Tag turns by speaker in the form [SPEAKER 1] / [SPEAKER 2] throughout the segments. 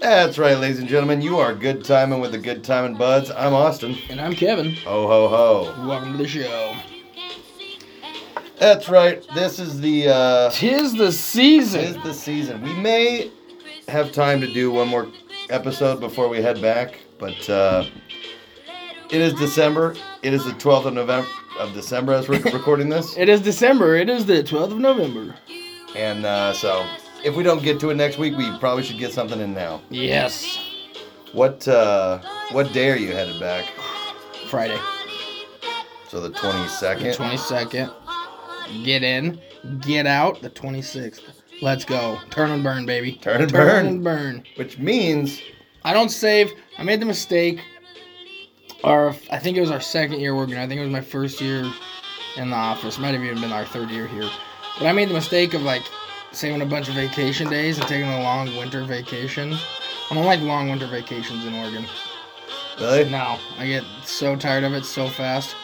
[SPEAKER 1] That's right, ladies and gentlemen. You are good timing with the good timing buds. I'm Austin.
[SPEAKER 2] And I'm Kevin.
[SPEAKER 1] Ho ho ho.
[SPEAKER 2] Welcome to the show.
[SPEAKER 1] That's right. This is the uh,
[SPEAKER 2] Tis the
[SPEAKER 1] is
[SPEAKER 2] season.
[SPEAKER 1] the season. We may have time to do one more episode before we head back, but uh, it is December. It is the 12th of November of December as we're recording this,
[SPEAKER 2] It is December. It is the 12th of November.
[SPEAKER 1] and uh, so if we don't get to it next week, we probably should get something in now.
[SPEAKER 2] Yes.
[SPEAKER 1] What uh, what day are you headed back?
[SPEAKER 2] Friday,
[SPEAKER 1] So the
[SPEAKER 2] the
[SPEAKER 1] 22nd.
[SPEAKER 2] 22nd. Get in, get out, the 26th. Let's go. Turn and burn, baby.
[SPEAKER 1] Turn and burn.
[SPEAKER 2] and burn.
[SPEAKER 1] Which means
[SPEAKER 2] I don't save. I made the mistake. Our, I think it was our second year working. I think it was my first year in the office. Might have even been our third year here. But I made the mistake of like saving a bunch of vacation days and taking a long winter vacation. I don't like long winter vacations in Oregon.
[SPEAKER 1] really.
[SPEAKER 2] No, I get so tired of it so fast.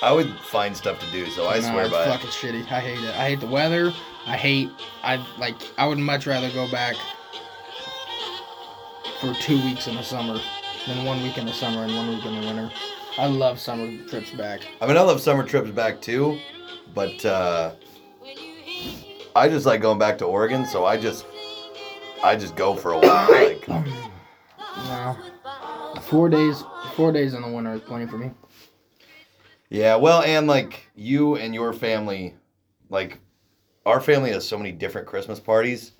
[SPEAKER 1] I would find stuff to do, so I
[SPEAKER 2] No,
[SPEAKER 1] swear
[SPEAKER 2] it's
[SPEAKER 1] by it.
[SPEAKER 2] fucking shitty. I hate it. I hate the weather. I hate. I like. I would much rather go back for two weeks in the summer than one week in the summer and one week in the winter. I love summer trips back.
[SPEAKER 1] I mean, I love summer trips back too, but uh, I just like going back to Oregon, so I just I just go for a while. Like,
[SPEAKER 2] No, four days. Four days in the winter is plenty for me.
[SPEAKER 1] yeah, well, and like you and your family, like our family has so many different Christmas parties.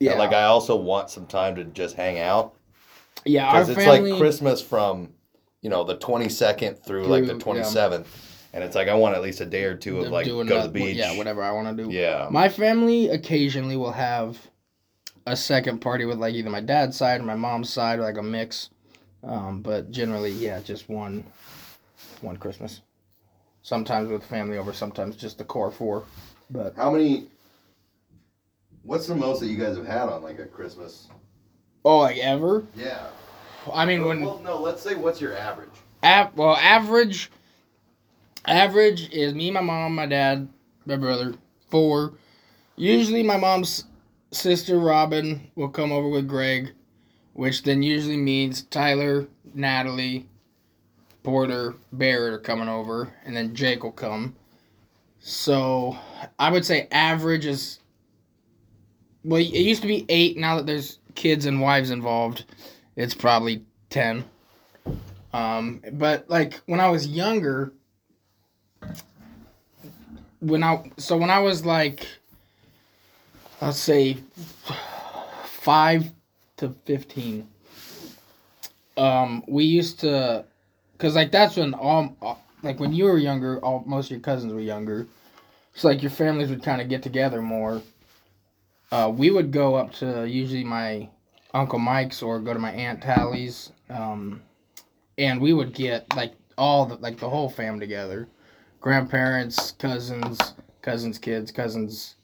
[SPEAKER 1] Yeah. like I also want some time to just hang out
[SPEAKER 2] yeah. Our
[SPEAKER 1] because it's
[SPEAKER 2] family.
[SPEAKER 1] like Christmas from you know the 22nd through, like the
[SPEAKER 2] Through, yeah.
[SPEAKER 1] 27th, and it's like I want at least a day or two of like
[SPEAKER 2] do
[SPEAKER 1] go to
[SPEAKER 2] another-
[SPEAKER 1] the beach.
[SPEAKER 2] Yeah, whatever I want to do.
[SPEAKER 1] Yeah.
[SPEAKER 2] My family occasionally will have a second party with like either my dad's side or my mom's side, or like a mix. Um, but generally, yeah, just one, one Christmas. Sometimes with family over, sometimes just the core four. But
[SPEAKER 1] How many? What's the most that you guys have had on like a Christmas?
[SPEAKER 2] oh, like ever?
[SPEAKER 1] Yeah.
[SPEAKER 2] I mean, when
[SPEAKER 1] Well, no. Let's say what's your average?
[SPEAKER 2] Av- well, average. Average is me, my mom, my dad, my brother. Four. Usually, my mom's sister Robin will come over with Greg, which then usually means Tyler, Natalie, Porter, Barrett are coming over, and then Jake will come. So, I would say average is. Well, it used to be eight. Now that there's kids and wives involved, it's probably ten. Um, but like when I was younger, when I so when I was like, let's say five to fifteen, um, we used to, cause like that's when all all- like when you were younger, all most of your cousins were younger, so like your families would kind of get together more. Uh, we would go up to usually my uncle Mike's or go to my aunt Tally's. Um, and we would get like all the like the whole fam together grandparents cousins cousins kids cousins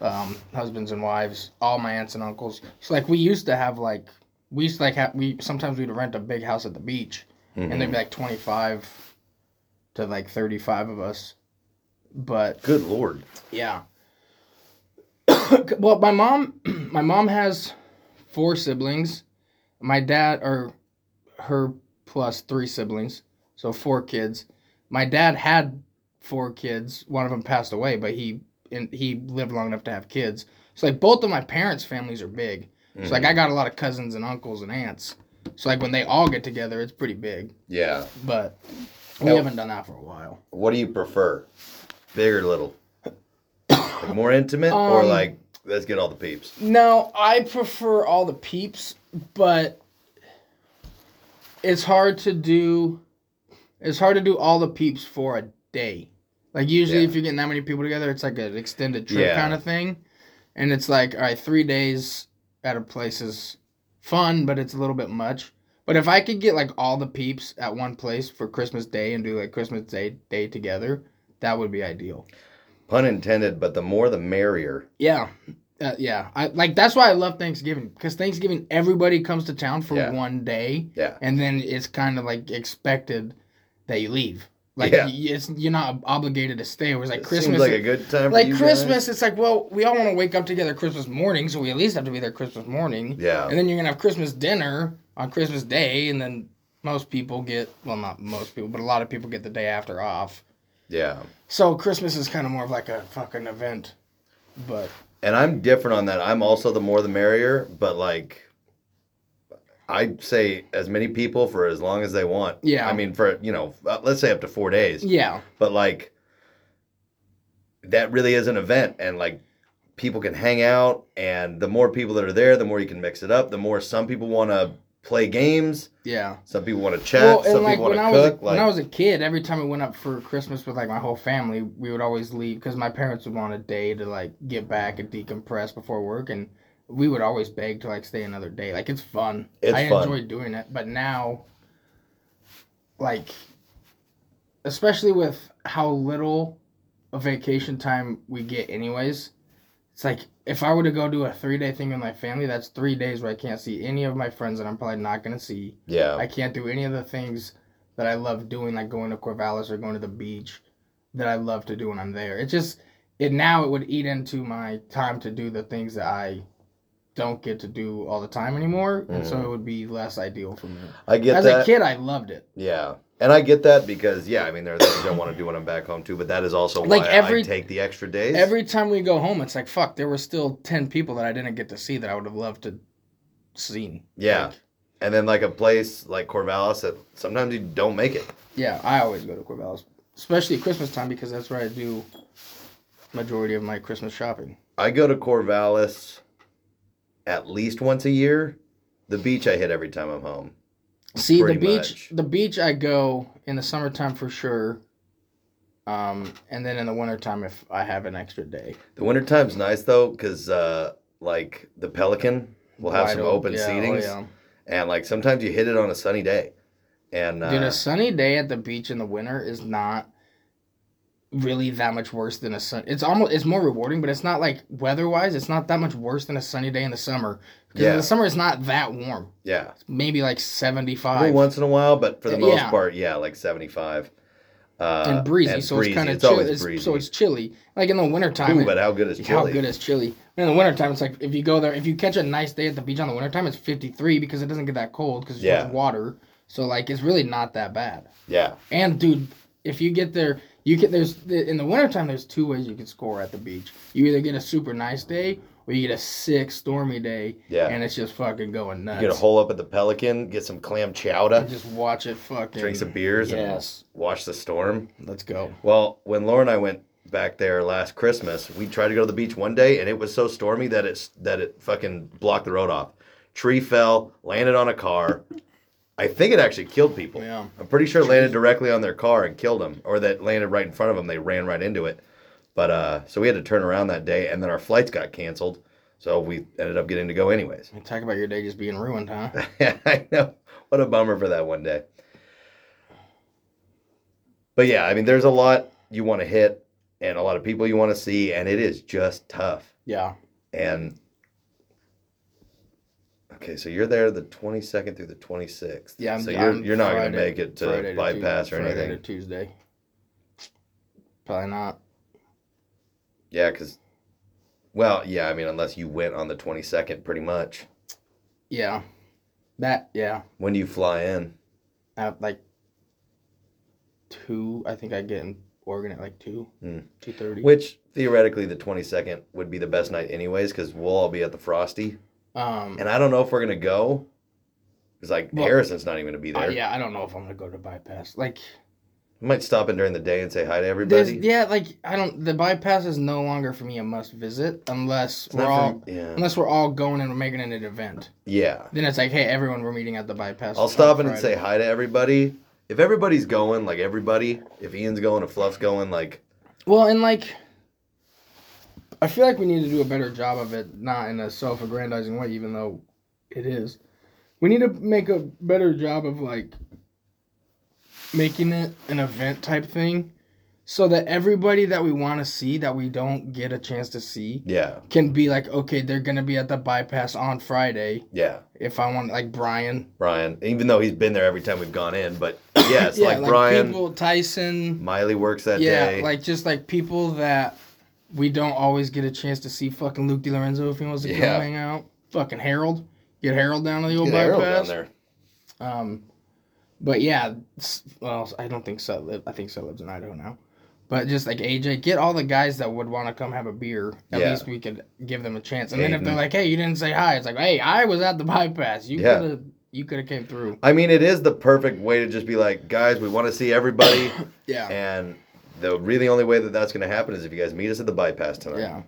[SPEAKER 2] um, husbands and wives all my aunts and uncles so like we used to have like we used to like have we sometimes we'd rent a big house at the beach and there'd be like 25 to like 35 of us but
[SPEAKER 1] Good lord.
[SPEAKER 2] yeah. well, my mom, my mom has four siblings. My dad, or her plus three siblings, so four kids. My dad had four kids. One of them passed away, but he and he lived long enough to have kids. So like both of my parents' families are big. So like I got a lot of cousins and uncles and aunts. So like when they all get together, it's pretty big.
[SPEAKER 1] Yeah.
[SPEAKER 2] But we
[SPEAKER 1] Now-
[SPEAKER 2] haven't done that for a while.
[SPEAKER 1] What do you prefer, big or little? Like more intimate or
[SPEAKER 2] Um,
[SPEAKER 1] like let's get all the peeps?
[SPEAKER 2] No, I prefer all the peeps, but it's hard to do. It's hard to do all the peeps for a day. Like usually,
[SPEAKER 1] Yeah.
[SPEAKER 2] if you're getting that many people together, it's like an extended trip
[SPEAKER 1] Yeah.
[SPEAKER 2] kind of thing, and it's like all right, three days at a place is fun, but it's a little bit much. But if I could get like all the peeps at one place for Christmas Day and do like Christmas Day day together, that would be ideal.
[SPEAKER 1] Pun intended, but the more the merrier.
[SPEAKER 2] Yeah. Uh, yeah. I like that's why I love Thanksgiving because Thanksgiving everybody comes to town for
[SPEAKER 1] Yeah.
[SPEAKER 2] one day
[SPEAKER 1] Yeah.
[SPEAKER 2] and then it's kind of like expected that you leave. Like
[SPEAKER 1] Yeah.
[SPEAKER 2] y it's, you're not obligated to stay. It was like
[SPEAKER 1] It seems
[SPEAKER 2] Christmas.
[SPEAKER 1] like a good time. for
[SPEAKER 2] like
[SPEAKER 1] you
[SPEAKER 2] Christmas, it's like, well, we all want to wake up together Christmas morning, so we at least have to be there Christmas morning.
[SPEAKER 1] Yeah.
[SPEAKER 2] And then you're gonna have Christmas dinner on Christmas Day, and then most people get well, not most people, but a lot of people get the day after off.
[SPEAKER 1] Guys. Yeah.
[SPEAKER 2] So Christmas is kind of more of like a fucking event. But
[SPEAKER 1] And I'm different on that. I'm also the more the merrier, but like I'd say as many people for as long as they want.
[SPEAKER 2] Yeah.
[SPEAKER 1] I mean, for, you know, uh, let's say up to four days.
[SPEAKER 2] yeah,
[SPEAKER 1] But like that really is an event and like people can hang out and the more people that are there, the more you can mix it up, the more some people want to play games,
[SPEAKER 2] yeah.
[SPEAKER 1] some people want to chat,
[SPEAKER 2] well, and
[SPEAKER 1] some
[SPEAKER 2] like
[SPEAKER 1] people want
[SPEAKER 2] when
[SPEAKER 1] to
[SPEAKER 2] I was
[SPEAKER 1] cook.
[SPEAKER 2] a,
[SPEAKER 1] like
[SPEAKER 2] when I was a kid, every time we went up for Christmas with like my whole family, we would always leave because my parents would want a day to like get back and decompress before work, and we would always beg to like stay another day. Like it's fun.
[SPEAKER 1] It's
[SPEAKER 2] I
[SPEAKER 1] fun.
[SPEAKER 2] enjoy doing it, but now, like, especially with how little of vacation time we get, anyways. It's like if I were to go do a three day thing with my family, that's three days where I can't see any of my friends that I'm probably not gonna see.
[SPEAKER 1] yeah.
[SPEAKER 2] I can't do any of the things that I love doing, like going to Corvallis or going to the beach that I love to do when I'm there. It just it now it would eat into my time to do the things that I don't get to do all the time anymore. And so it would be less ideal for me.
[SPEAKER 1] I Mm. get
[SPEAKER 2] As
[SPEAKER 1] that.
[SPEAKER 2] a kid I loved it.
[SPEAKER 1] Yeah. And I get that because yeah, I mean there are things I want to do when I'm back home too, but that is also
[SPEAKER 2] Like
[SPEAKER 1] why I
[SPEAKER 2] every-
[SPEAKER 1] take the extra days.
[SPEAKER 2] Every time we go home it's like fuck, there were still ten people that I didn't get to see that I would have loved to seen.
[SPEAKER 1] yeah.
[SPEAKER 2] Like,
[SPEAKER 1] and then like a place like Corvallis that sometimes you don't make it.
[SPEAKER 2] yeah, I always go to Corvallis. Especially at Christmas time because that's where I do majority of my Christmas shopping.
[SPEAKER 1] I go to Corvallis at least once a year. The beach I hit every time I'm home.
[SPEAKER 2] See the
[SPEAKER 1] pretty
[SPEAKER 2] beach.
[SPEAKER 1] much.
[SPEAKER 2] The beach I go in the summertime for sure. Um, and then in the wintertime if I have an extra day.
[SPEAKER 1] The winter time's nice though cuz uh like the Pelican will have
[SPEAKER 2] Wide
[SPEAKER 1] some
[SPEAKER 2] open-
[SPEAKER 1] open
[SPEAKER 2] yeah, oh,
[SPEAKER 1] seatings
[SPEAKER 2] yeah.
[SPEAKER 1] and like sometimes you hit it on a sunny day. And uh,
[SPEAKER 2] Dude, a sunny day at the beach in the winter is not really that much worse than a sun. It's almost it's more rewarding, but it's not like weather wise. It's not that much worse than a sunny day in the summer because
[SPEAKER 1] Yeah.
[SPEAKER 2] in the summer it's not that warm.
[SPEAKER 1] yeah.
[SPEAKER 2] It's maybe like seventy
[SPEAKER 1] Every
[SPEAKER 2] five.
[SPEAKER 1] once in a while, but for the
[SPEAKER 2] Uh,
[SPEAKER 1] most
[SPEAKER 2] yeah.
[SPEAKER 1] part, yeah, like 75. Uh,
[SPEAKER 2] and breezy,
[SPEAKER 1] and
[SPEAKER 2] so
[SPEAKER 1] breezy.
[SPEAKER 2] it's kind of
[SPEAKER 1] It's always
[SPEAKER 2] chilly.
[SPEAKER 1] breezy.
[SPEAKER 2] So it's chilly. Like in the wintertime,
[SPEAKER 1] Ooh,
[SPEAKER 2] it-
[SPEAKER 1] but how good is
[SPEAKER 2] How
[SPEAKER 1] chili?
[SPEAKER 2] good is chili? And in the wintertime, it's like if you go there, if you catch a nice day at the beach on the wintertime, it's 53 because it doesn't get that cold because it's
[SPEAKER 1] Yeah.
[SPEAKER 2] just water. So, like, it's really not that bad.
[SPEAKER 1] yeah,
[SPEAKER 2] And, dude, if you get there, you can, there's, in the wintertime, there's two ways you can score at the beach. You either get a super nice day or you get a sick, stormy day.
[SPEAKER 1] Yeah.
[SPEAKER 2] And it's just fucking going nuts.
[SPEAKER 1] get a hole up at the Pelican, get some clam chowder,
[SPEAKER 2] And just watch it fucking.
[SPEAKER 1] drink some beers,
[SPEAKER 2] Yes.
[SPEAKER 1] and watch the storm.
[SPEAKER 2] Let's go.
[SPEAKER 1] Well, when Laura and I went back there last Christmas, we tried to go to the beach one day, and it was so stormy that it's that it fucking blocked the road off. Tree fell, landed on a car. I think it actually killed people.
[SPEAKER 2] Yeah.
[SPEAKER 1] I'm pretty sure it landed directly on their car and killed them, or that landed right in front of them. They ran right into it. But uh, so we had to turn around that day, and then our flights got canceled. So we ended up getting to go anyways.
[SPEAKER 2] Talk about your day just being ruined, huh?
[SPEAKER 1] I know. What a bummer for that one day. But yeah, I mean, there's a lot you want to hit and a lot of people you want to see, and it is just tough.
[SPEAKER 2] yeah.
[SPEAKER 1] And okay, so you're there the 22nd through the 26th.
[SPEAKER 2] Yeah. I'm-
[SPEAKER 1] so you're,
[SPEAKER 2] I'm
[SPEAKER 1] you're not going to
[SPEAKER 2] Friday-
[SPEAKER 1] make it to
[SPEAKER 2] Friday Tues-
[SPEAKER 1] bypass or
[SPEAKER 2] Friday
[SPEAKER 1] anything.
[SPEAKER 2] to Tuesday. Probably not.
[SPEAKER 1] Yeah, because, well, yeah, I mean, unless you went on the 22nd pretty much.
[SPEAKER 2] Yeah. That yeah.
[SPEAKER 1] When do you fly in?
[SPEAKER 2] At like two, I think I get in Oregon at like two,
[SPEAKER 1] Hmm.
[SPEAKER 2] two thirty.
[SPEAKER 1] Which theoretically, the 22nd would be the best night, anyways, because we'll all be at the Frosty.
[SPEAKER 2] Um.
[SPEAKER 1] and I don't know if we're gonna go. It's like
[SPEAKER 2] Well,
[SPEAKER 1] Harrison's not even gonna be
[SPEAKER 2] I-
[SPEAKER 1] there.
[SPEAKER 2] yeah, I don't know if I'm gonna go to bypass. Like,
[SPEAKER 1] We might stop in during the day and say hi to
[SPEAKER 2] there's,
[SPEAKER 1] everybody.
[SPEAKER 2] yeah, like I don't. The bypass is no longer for me a must visit unless
[SPEAKER 1] It's
[SPEAKER 2] we're
[SPEAKER 1] not
[SPEAKER 2] all
[SPEAKER 1] for- yeah,
[SPEAKER 2] unless we're all going and we're making it an event.
[SPEAKER 1] yeah.
[SPEAKER 2] Then it's like, hey, everyone, we're meeting at the bypass.
[SPEAKER 1] I'll
[SPEAKER 2] on
[SPEAKER 1] stop in and
[SPEAKER 2] Friday.
[SPEAKER 1] say hi to everybody. If everybody's going, like everybody, if Ian's going, if Fluff's going, like
[SPEAKER 2] Well, and like, I feel like we need to do a better job of it, not in a self aggrandizing way, even though it is. We need to make a better job of like making it an event type thing so that everybody that we want to see that we don't get a chance to see
[SPEAKER 1] yeah,
[SPEAKER 2] can be like, okay, they're going to be at the bypass on Friday
[SPEAKER 1] yeah.
[SPEAKER 2] if I want, like Brian.
[SPEAKER 1] Brian, even though he's been there every time we've gone in, but Yes, like, Brian.
[SPEAKER 2] people, Tyson.
[SPEAKER 1] Miley works that
[SPEAKER 2] yeah,
[SPEAKER 1] day.
[SPEAKER 2] like just like people that we don't always get a chance to see. Fucking Luke DiLorenzo if he wants to
[SPEAKER 1] Yeah.
[SPEAKER 2] come hang out. Fucking Harold, get Harold down to the old
[SPEAKER 1] Get Harold down
[SPEAKER 2] bypass.
[SPEAKER 1] there.
[SPEAKER 2] Um, but yeah, s- well, I don't think Seth live. I think Seth lives in Idaho now. But just like AJ, get all the guys that would want to come have a beer. At
[SPEAKER 1] Yeah.
[SPEAKER 2] least we could give them a chance. And then if they're
[SPEAKER 1] Aiden.
[SPEAKER 2] like, "Hey, you didn't say hi," it's like, "Hey, I was at the bypass. You
[SPEAKER 1] Yeah.
[SPEAKER 2] could have, you could have came through."
[SPEAKER 1] I mean, it is the perfect way to just be like, guys, we want to see everybody,
[SPEAKER 2] Yeah,
[SPEAKER 1] and uh, the really only way that that's going to happen is if you guys meet us at the bypass tonight.
[SPEAKER 2] yeah.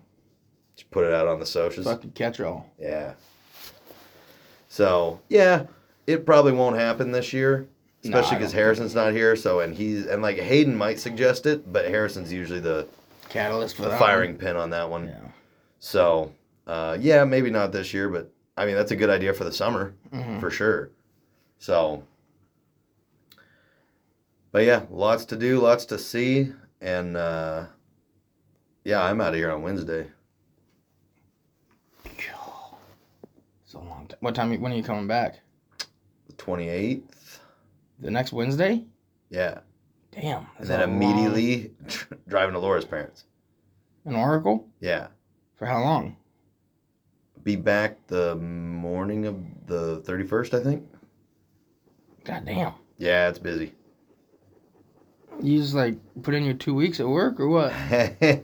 [SPEAKER 1] Just put it out on the socials.
[SPEAKER 2] Fucking catch all.
[SPEAKER 1] Yeah. So yeah, it probably won't happen this year,
[SPEAKER 2] No,
[SPEAKER 1] especially
[SPEAKER 2] I don't
[SPEAKER 1] because Harrison's not here. So and he's and like Hayden might suggest it, but Harrison's usually the
[SPEAKER 2] Catalyst for
[SPEAKER 1] the
[SPEAKER 2] that
[SPEAKER 1] firing pin on that one.
[SPEAKER 2] one. Yeah.
[SPEAKER 1] So uh, yeah, maybe not this year, but I mean that's a good idea for the summer
[SPEAKER 2] Mhm.
[SPEAKER 1] for sure. So. But yeah, lots to do, lots to see, and uh, yeah, I'm out of here on Wednesday.
[SPEAKER 2] It's a long time. What time? you- When are you coming back?
[SPEAKER 1] The 28th.
[SPEAKER 2] The next Wednesday?
[SPEAKER 1] Yeah.
[SPEAKER 2] Damn.
[SPEAKER 1] And
[SPEAKER 2] that's
[SPEAKER 1] then
[SPEAKER 2] a long-
[SPEAKER 1] immediately driving to Laura's parents.
[SPEAKER 2] an Oracle
[SPEAKER 1] Yeah.
[SPEAKER 2] for how long?
[SPEAKER 1] Be back the morning of the 31st, I think.
[SPEAKER 2] God damn.
[SPEAKER 1] Yeah, it's busy.
[SPEAKER 2] You just like put in your two weeks at work or what?
[SPEAKER 1] I've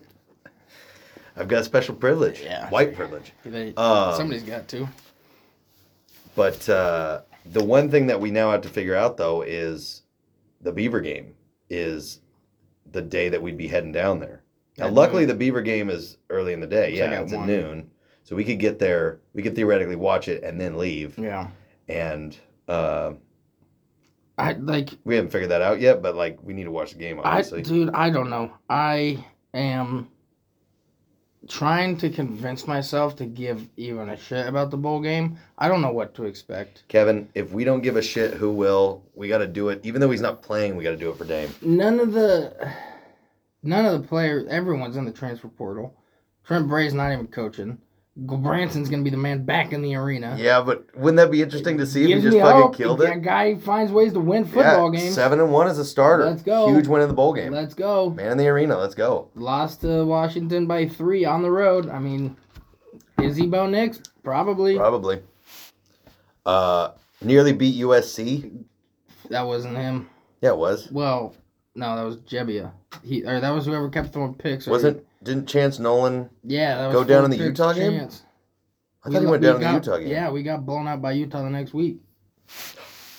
[SPEAKER 1] got special privilege.
[SPEAKER 2] Yeah.
[SPEAKER 1] White privilege.
[SPEAKER 2] They-
[SPEAKER 1] Um,
[SPEAKER 2] Somebody's got to.
[SPEAKER 1] But uh, the one thing that we now have to figure out, though, is the Beaver game is the day that we'd be heading down there. Now,
[SPEAKER 2] At
[SPEAKER 1] luckily,
[SPEAKER 2] noon.
[SPEAKER 1] the Beaver game is early in the day.
[SPEAKER 2] It's
[SPEAKER 1] yeah,
[SPEAKER 2] like at
[SPEAKER 1] it's at
[SPEAKER 2] one.
[SPEAKER 1] noon. So we could get there. We could theoretically watch it and then leave.
[SPEAKER 2] Yeah.
[SPEAKER 1] And. Uh,
[SPEAKER 2] I like
[SPEAKER 1] We haven't figured that out yet, but like we need to watch the game,
[SPEAKER 2] I
[SPEAKER 1] obviously.
[SPEAKER 2] dude, I don't know. I am trying to convince myself to give even a shit about the bowl game. I don't know what to expect.
[SPEAKER 1] Kevin, if we don't give a shit, who will? We got to do it. Even though he's not playing, we got to do it for Dame.
[SPEAKER 2] None of the none of the players everyone's in the transfer portal. Trent Bray's not even coaching. Branson's gonna be the man back in the arena.
[SPEAKER 1] Yeah, but wouldn't that be interesting to see if he
[SPEAKER 2] Gives
[SPEAKER 1] just
[SPEAKER 2] me
[SPEAKER 1] fucking
[SPEAKER 2] hope.
[SPEAKER 1] killed
[SPEAKER 2] That
[SPEAKER 1] it?
[SPEAKER 2] guy finds ways to win football
[SPEAKER 1] yeah,
[SPEAKER 2] games.
[SPEAKER 1] seven and one as a starter.
[SPEAKER 2] Let's go.
[SPEAKER 1] Huge win in the bowl game.
[SPEAKER 2] Let's go.
[SPEAKER 1] Man in the arena. Let's go.
[SPEAKER 2] Lost to Washington by three on the road. I mean, is he Bo Nix? Probably.
[SPEAKER 1] Probably. Uh, nearly beat USC.
[SPEAKER 2] That wasn't him.
[SPEAKER 1] Yeah, it was.
[SPEAKER 2] Well, no, that was Jebbia. He or that was whoever kept throwing picks. or-
[SPEAKER 1] Wasn't didn't Chance Nolan?
[SPEAKER 2] Yeah, that was
[SPEAKER 1] go down in the
[SPEAKER 2] fourth pick
[SPEAKER 1] Utah game?
[SPEAKER 2] chance.
[SPEAKER 1] I thought he
[SPEAKER 2] lo-
[SPEAKER 1] went down in the
[SPEAKER 2] got-
[SPEAKER 1] Utah game.
[SPEAKER 2] Yeah, we got blown out by Utah the next week.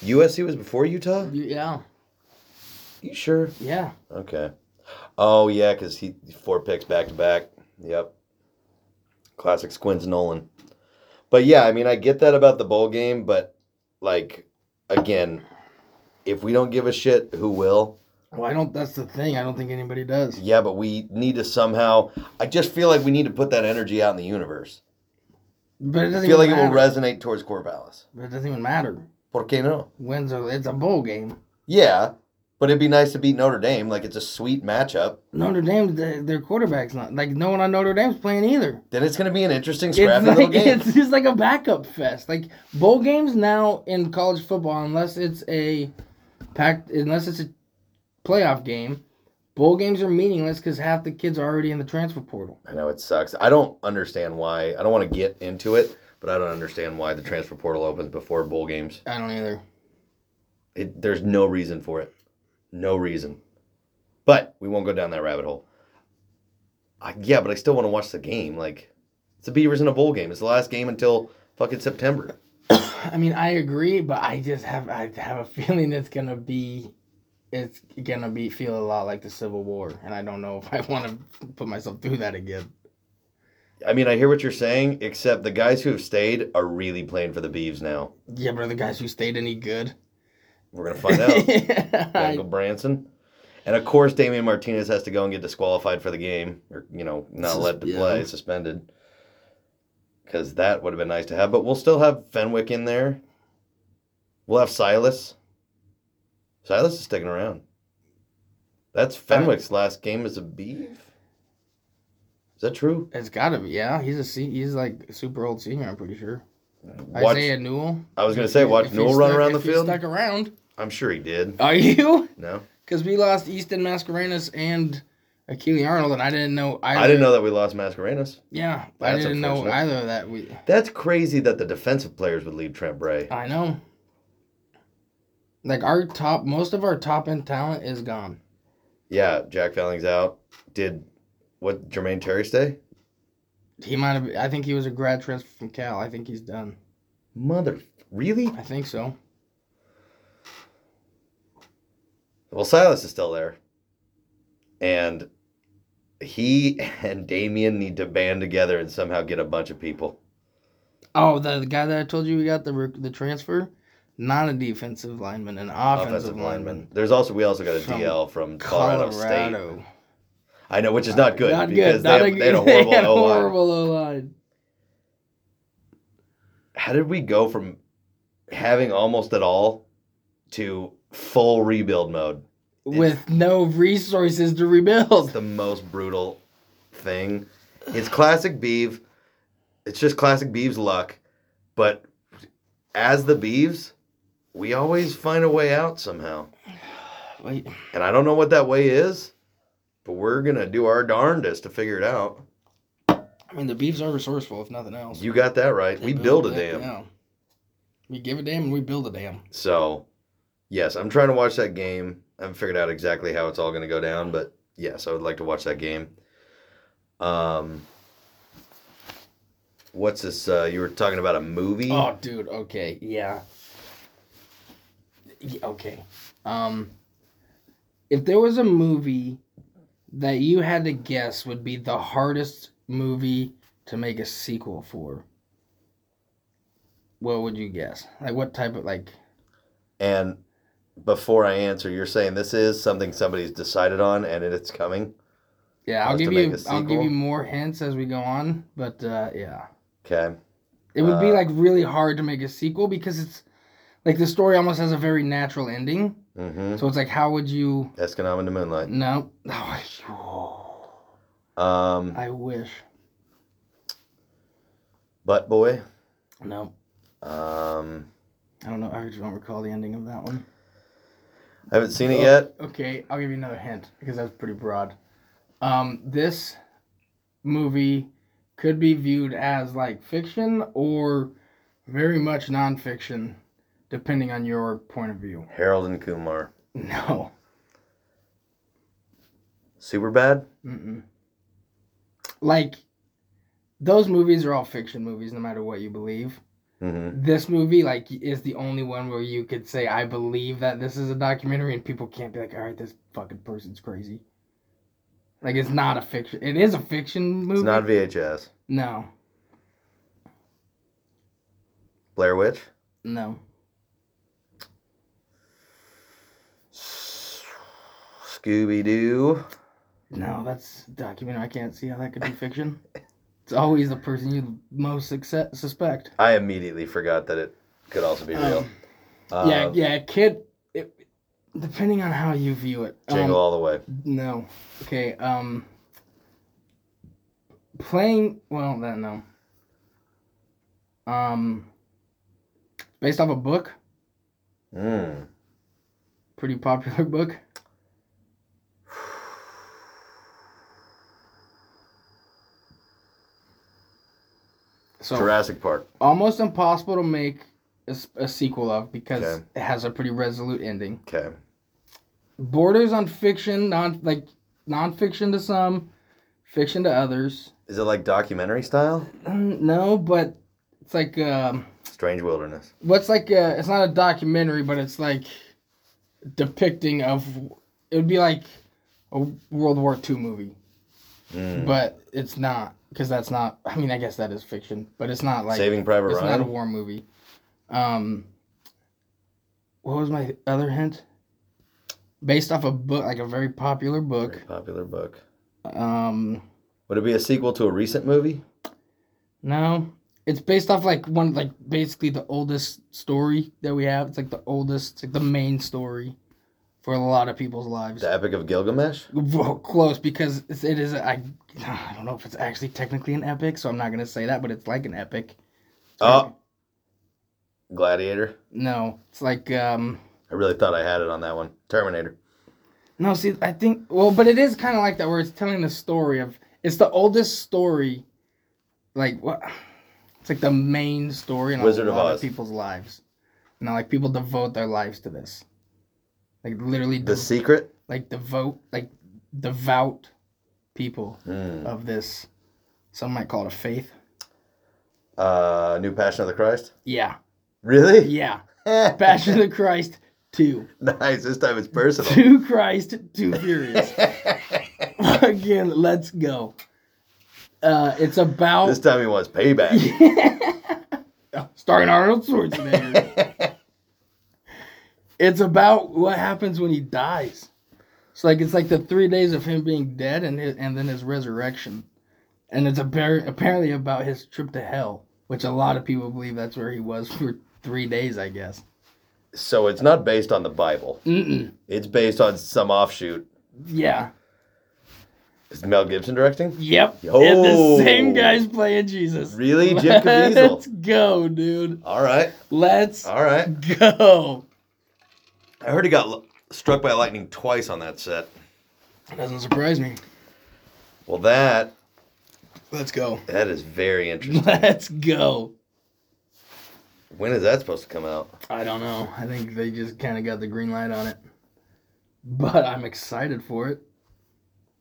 [SPEAKER 1] USC was before Utah.
[SPEAKER 2] You- Yeah,
[SPEAKER 1] You sure?
[SPEAKER 2] yeah.
[SPEAKER 1] Okay. Oh yeah, because he four picks back to back. Yep. Classic Squins Nolan. But yeah, I mean, I get that about the bowl game, but like, again, if we don't give a shit, who will?
[SPEAKER 2] Well, I don't. That's the thing. I don't think anybody does.
[SPEAKER 1] Yeah, but we need to somehow. I just feel like we need to put that energy out in the universe.
[SPEAKER 2] But it
[SPEAKER 1] I
[SPEAKER 2] doesn't.
[SPEAKER 1] feel like
[SPEAKER 2] even
[SPEAKER 1] it
[SPEAKER 2] matter.
[SPEAKER 1] will resonate towards Corvallis.
[SPEAKER 2] But it doesn't even matter.
[SPEAKER 1] Por qué no?
[SPEAKER 2] Wins or it's a bowl game.
[SPEAKER 1] Yeah, but it'd be nice to beat Notre Dame. Like it's a sweet matchup.
[SPEAKER 2] Notre Dame, their their quarterback's not like no one on Notre Dame's playing either.
[SPEAKER 1] Then it's gonna be an interesting,
[SPEAKER 2] It's
[SPEAKER 1] scrappy little
[SPEAKER 2] like
[SPEAKER 1] game.
[SPEAKER 2] it's just like a backup fest. Like bowl games now in college football, unless it's a packed, unless it's a playoff game, bowl games are meaningless because half the kids are already in the transfer portal.
[SPEAKER 1] I know it sucks. I don't understand why. I don't want to get into it, but I don't understand why the transfer portal opens before bowl games.
[SPEAKER 2] I don't either.
[SPEAKER 1] It, there's no reason for it. No reason. But we won't go down that rabbit hole. I, yeah, but I still want to watch the game. Like, it's the Beavers in a bowl game. It's the last game until fucking September.
[SPEAKER 2] I mean, I agree, but I just have I have a feeling it's gonna be. It's gonna be feel a lot like the Civil War, and I don't know if I want to put myself through that again.
[SPEAKER 1] I mean, I hear what you're saying, except the guys who have stayed are really playing for the Beavs now.
[SPEAKER 2] Yeah, but are the guys who stayed any good?
[SPEAKER 1] We're going to find out.
[SPEAKER 2] I-
[SPEAKER 1] Michael Branson. And of course, Damian Martinez has to go and get disqualified for the game, or you know, not
[SPEAKER 2] Sus-
[SPEAKER 1] let to
[SPEAKER 2] yeah.
[SPEAKER 1] play, suspended. Because that would have been nice to have, but we'll still have Fenwick in there. We'll have Silas. Silas is sticking around. That's Fenwick's last game as a beef. Is that true?
[SPEAKER 2] It's gotta be, yeah. He's a se- he's like a super old senior, I'm pretty sure.
[SPEAKER 1] Watch,
[SPEAKER 2] Isaiah Newell.
[SPEAKER 1] I was gonna
[SPEAKER 2] If
[SPEAKER 1] say,
[SPEAKER 2] he-
[SPEAKER 1] watch
[SPEAKER 2] if he
[SPEAKER 1] Newell run
[SPEAKER 2] stuck-
[SPEAKER 1] around the
[SPEAKER 2] if he
[SPEAKER 1] field.
[SPEAKER 2] Stuck Oh, around.
[SPEAKER 1] I'm sure he did.
[SPEAKER 2] Are you?
[SPEAKER 1] No,
[SPEAKER 2] Because we lost Easton Mascarenas and Akili Arnold, and I didn't know. Either.
[SPEAKER 1] I didn't know that we lost Mascarenas.
[SPEAKER 2] Yeah, I
[SPEAKER 1] That's
[SPEAKER 2] didn't know
[SPEAKER 1] unfortunate.
[SPEAKER 2] either of that. We.
[SPEAKER 1] That's crazy that the defensive players would leave Trent Bray.
[SPEAKER 2] I know. Like our top, most of our top end talent is gone.
[SPEAKER 1] Yeah, Jack Falling's out. Did what? Jermaine Terry stay?
[SPEAKER 2] He might have. I think he was a grad transfer from Cal. I think he's done.
[SPEAKER 1] Mother, really?
[SPEAKER 2] I think so.
[SPEAKER 1] Well, Silas is still there, and he and Damien need to band together and somehow get a bunch of people.
[SPEAKER 2] Oh, the, the guy that I told you we got the rec- the transfer, not a defensive lineman, an offensive,
[SPEAKER 1] Offensive
[SPEAKER 2] lineman.
[SPEAKER 1] lineman. There's also we also got a
[SPEAKER 2] From
[SPEAKER 1] DL from Colorado,
[SPEAKER 2] Colorado.
[SPEAKER 1] State. I know, which is not good
[SPEAKER 2] Not
[SPEAKER 1] because
[SPEAKER 2] good. Not
[SPEAKER 1] they,
[SPEAKER 2] a,
[SPEAKER 1] have, they had a
[SPEAKER 2] they
[SPEAKER 1] horrible
[SPEAKER 2] had a
[SPEAKER 1] O-line.
[SPEAKER 2] horrible O line.
[SPEAKER 1] How did we go from having almost it all to full rebuild mode?
[SPEAKER 2] With no resources to rebuild.
[SPEAKER 1] the most brutal thing. It's classic Beeve. It's just classic Beeve's luck. But as the Beeves, we always find a way out somehow.
[SPEAKER 2] Wait,
[SPEAKER 1] And I don't know what that way is, but we're going to do our darndest to figure it out.
[SPEAKER 2] I mean the beefs are resourceful if nothing else.
[SPEAKER 1] You got that right.
[SPEAKER 2] They
[SPEAKER 1] We build a
[SPEAKER 2] it,
[SPEAKER 1] dam.
[SPEAKER 2] yeah. We give a damn and we build a damn.
[SPEAKER 1] So, yes, I'm trying to watch that game. I haven't figured out exactly how it's all going to go down, but yes, I would like to watch that game. Um, what's this? Uh, you were talking about a movie.
[SPEAKER 2] Oh, dude. Okay. Yeah. Y- Okay. Um, if there was a movie that you had to guess would be the hardest movie to make a sequel for, what would you guess? Like what type of like?
[SPEAKER 1] And before I answer, you're saying this is something somebody's decided on, and it's coming.
[SPEAKER 2] Yeah, I'll
[SPEAKER 1] Hardest to
[SPEAKER 2] give
[SPEAKER 1] make
[SPEAKER 2] you.
[SPEAKER 1] a
[SPEAKER 2] I'll give
[SPEAKER 1] sequel?
[SPEAKER 2] you more hints as we go on, but uh, yeah,
[SPEAKER 1] Okay.
[SPEAKER 2] it would be
[SPEAKER 1] Uh,
[SPEAKER 2] like really hard to make a sequel because it's like the story almost has a very natural ending.
[SPEAKER 1] Mm-hmm.
[SPEAKER 2] So it's like, how would you?
[SPEAKER 1] Escanaba in the moonlight.
[SPEAKER 2] No. Oh,
[SPEAKER 1] Um,
[SPEAKER 2] I wish.
[SPEAKER 1] Butt boy.
[SPEAKER 2] No,
[SPEAKER 1] Um,
[SPEAKER 2] I don't know. I just don't recall the ending of that one.
[SPEAKER 1] I haven't seen it
[SPEAKER 2] Oh.
[SPEAKER 1] yet.
[SPEAKER 2] Okay, I'll give you another hint because that's pretty broad. Um, this movie could be viewed as like fiction or very much nonfiction, depending on your point of view.
[SPEAKER 1] Harold and Kumar.
[SPEAKER 2] No.
[SPEAKER 1] Super bad.
[SPEAKER 2] Mm-mm. Like, those movies are all fiction movies, no matter what you believe.
[SPEAKER 1] Mm-hmm.
[SPEAKER 2] this movie like is the only one where you could say I believe that this is a documentary and people can't be like, all right, this fucking person's crazy. Like it's not a fiction. It is a fiction movie.
[SPEAKER 1] It's not VHS.
[SPEAKER 2] no,
[SPEAKER 1] Blair Witch.
[SPEAKER 2] no.
[SPEAKER 1] Scooby Doo.
[SPEAKER 2] No, that's documentary. I can't see how that could be fiction. It's always the person you most succe- suspect.
[SPEAKER 1] I immediately forgot that it could also be real.
[SPEAKER 2] Um,
[SPEAKER 1] Uh,
[SPEAKER 2] yeah, um, yeah, kid. It, depending on how you view it. Um,
[SPEAKER 1] Jingle all the way.
[SPEAKER 2] No. Okay. Um. Playing well, that no. Um. Based off a book,
[SPEAKER 1] Mm.
[SPEAKER 2] pretty popular book. So
[SPEAKER 1] Jurassic Park.
[SPEAKER 2] almost impossible to make a, s- a sequel of because
[SPEAKER 1] Okay.
[SPEAKER 2] it has a pretty resolute ending.
[SPEAKER 1] Okay.
[SPEAKER 2] Borders on fiction, non like nonfiction to some, fiction to others.
[SPEAKER 1] Is it like documentary style?
[SPEAKER 2] Mm, No, but it's like um,
[SPEAKER 1] Strange Wilderness.
[SPEAKER 2] what's like a, it's not a documentary, but it's like depicting of it would be like a World War II movie,
[SPEAKER 1] Mm.
[SPEAKER 2] but it's not because that's not. I mean, I guess that is fiction, but it's not like
[SPEAKER 1] Saving Private
[SPEAKER 2] it's not a
[SPEAKER 1] Ryan.
[SPEAKER 2] war movie. Um, what was my other hint? Based off a book, like a very popular book.
[SPEAKER 1] Very popular book.
[SPEAKER 2] Um,
[SPEAKER 1] Would it be a sequel to a recent movie?
[SPEAKER 2] No, it's based off like one like basically the oldest story that we have. It's like the oldest, like the main story for a lot of people's lives.
[SPEAKER 1] The Epic of Gilgamesh?
[SPEAKER 2] Whoa, Close because it's- it is. I I don't know if it's actually technically an epic, so I'm not gonna say that, but it's like an epic.
[SPEAKER 1] Oh. Gladiator?
[SPEAKER 2] No, it's like um
[SPEAKER 1] I really thought I had it on that one. Terminator.
[SPEAKER 2] No, see, I think well, but it is kind of like that where it's telling the story of it's the oldest story, like what? It's like the main story in a
[SPEAKER 1] Wizard of
[SPEAKER 2] lot
[SPEAKER 1] Oz.
[SPEAKER 2] of people's lives. You know, like people devote their lives to this, like literally,
[SPEAKER 1] The
[SPEAKER 2] de-
[SPEAKER 1] Secret.
[SPEAKER 2] like devote, like devout people
[SPEAKER 1] Mm.
[SPEAKER 2] of this. Some might call it a faith.
[SPEAKER 1] Uh, New Passion of the Christ.
[SPEAKER 2] Yeah,
[SPEAKER 1] Really?
[SPEAKER 2] yeah. Passion of the Christ, two,
[SPEAKER 1] nice. This time it's personal.
[SPEAKER 2] two Christ, two furious. Again, let's go. Uh, it's about
[SPEAKER 1] this time he wants payback.
[SPEAKER 2] starring Arnold Schwarzenegger. it's about what happens when he dies. It's like it's like the three days of him being dead and his, and then his resurrection, and it's appar- apparently about his trip to hell, which a lot of people believe that's where he was for three days, I guess.
[SPEAKER 1] so it's not based on the Bible.
[SPEAKER 2] Mm-mm.
[SPEAKER 1] It's based on some offshoot.
[SPEAKER 2] Yeah.
[SPEAKER 1] Is Mel Gibson directing?
[SPEAKER 2] Yep. And
[SPEAKER 1] Yo.
[SPEAKER 2] the same guy's playing Jesus.
[SPEAKER 1] Really? Jim Caviezel?
[SPEAKER 2] Let's go, dude.
[SPEAKER 1] All right.
[SPEAKER 2] Let's
[SPEAKER 1] All right.
[SPEAKER 2] go.
[SPEAKER 1] I heard he got l- struck by lightning twice on that set.
[SPEAKER 2] Doesn't surprise me.
[SPEAKER 1] Well, that
[SPEAKER 2] Let's go.
[SPEAKER 1] that is very interesting.
[SPEAKER 2] Let's go.
[SPEAKER 1] when is that supposed to come out?
[SPEAKER 2] I don't know. I think they just kind of got the green light on it. But I'm excited for it.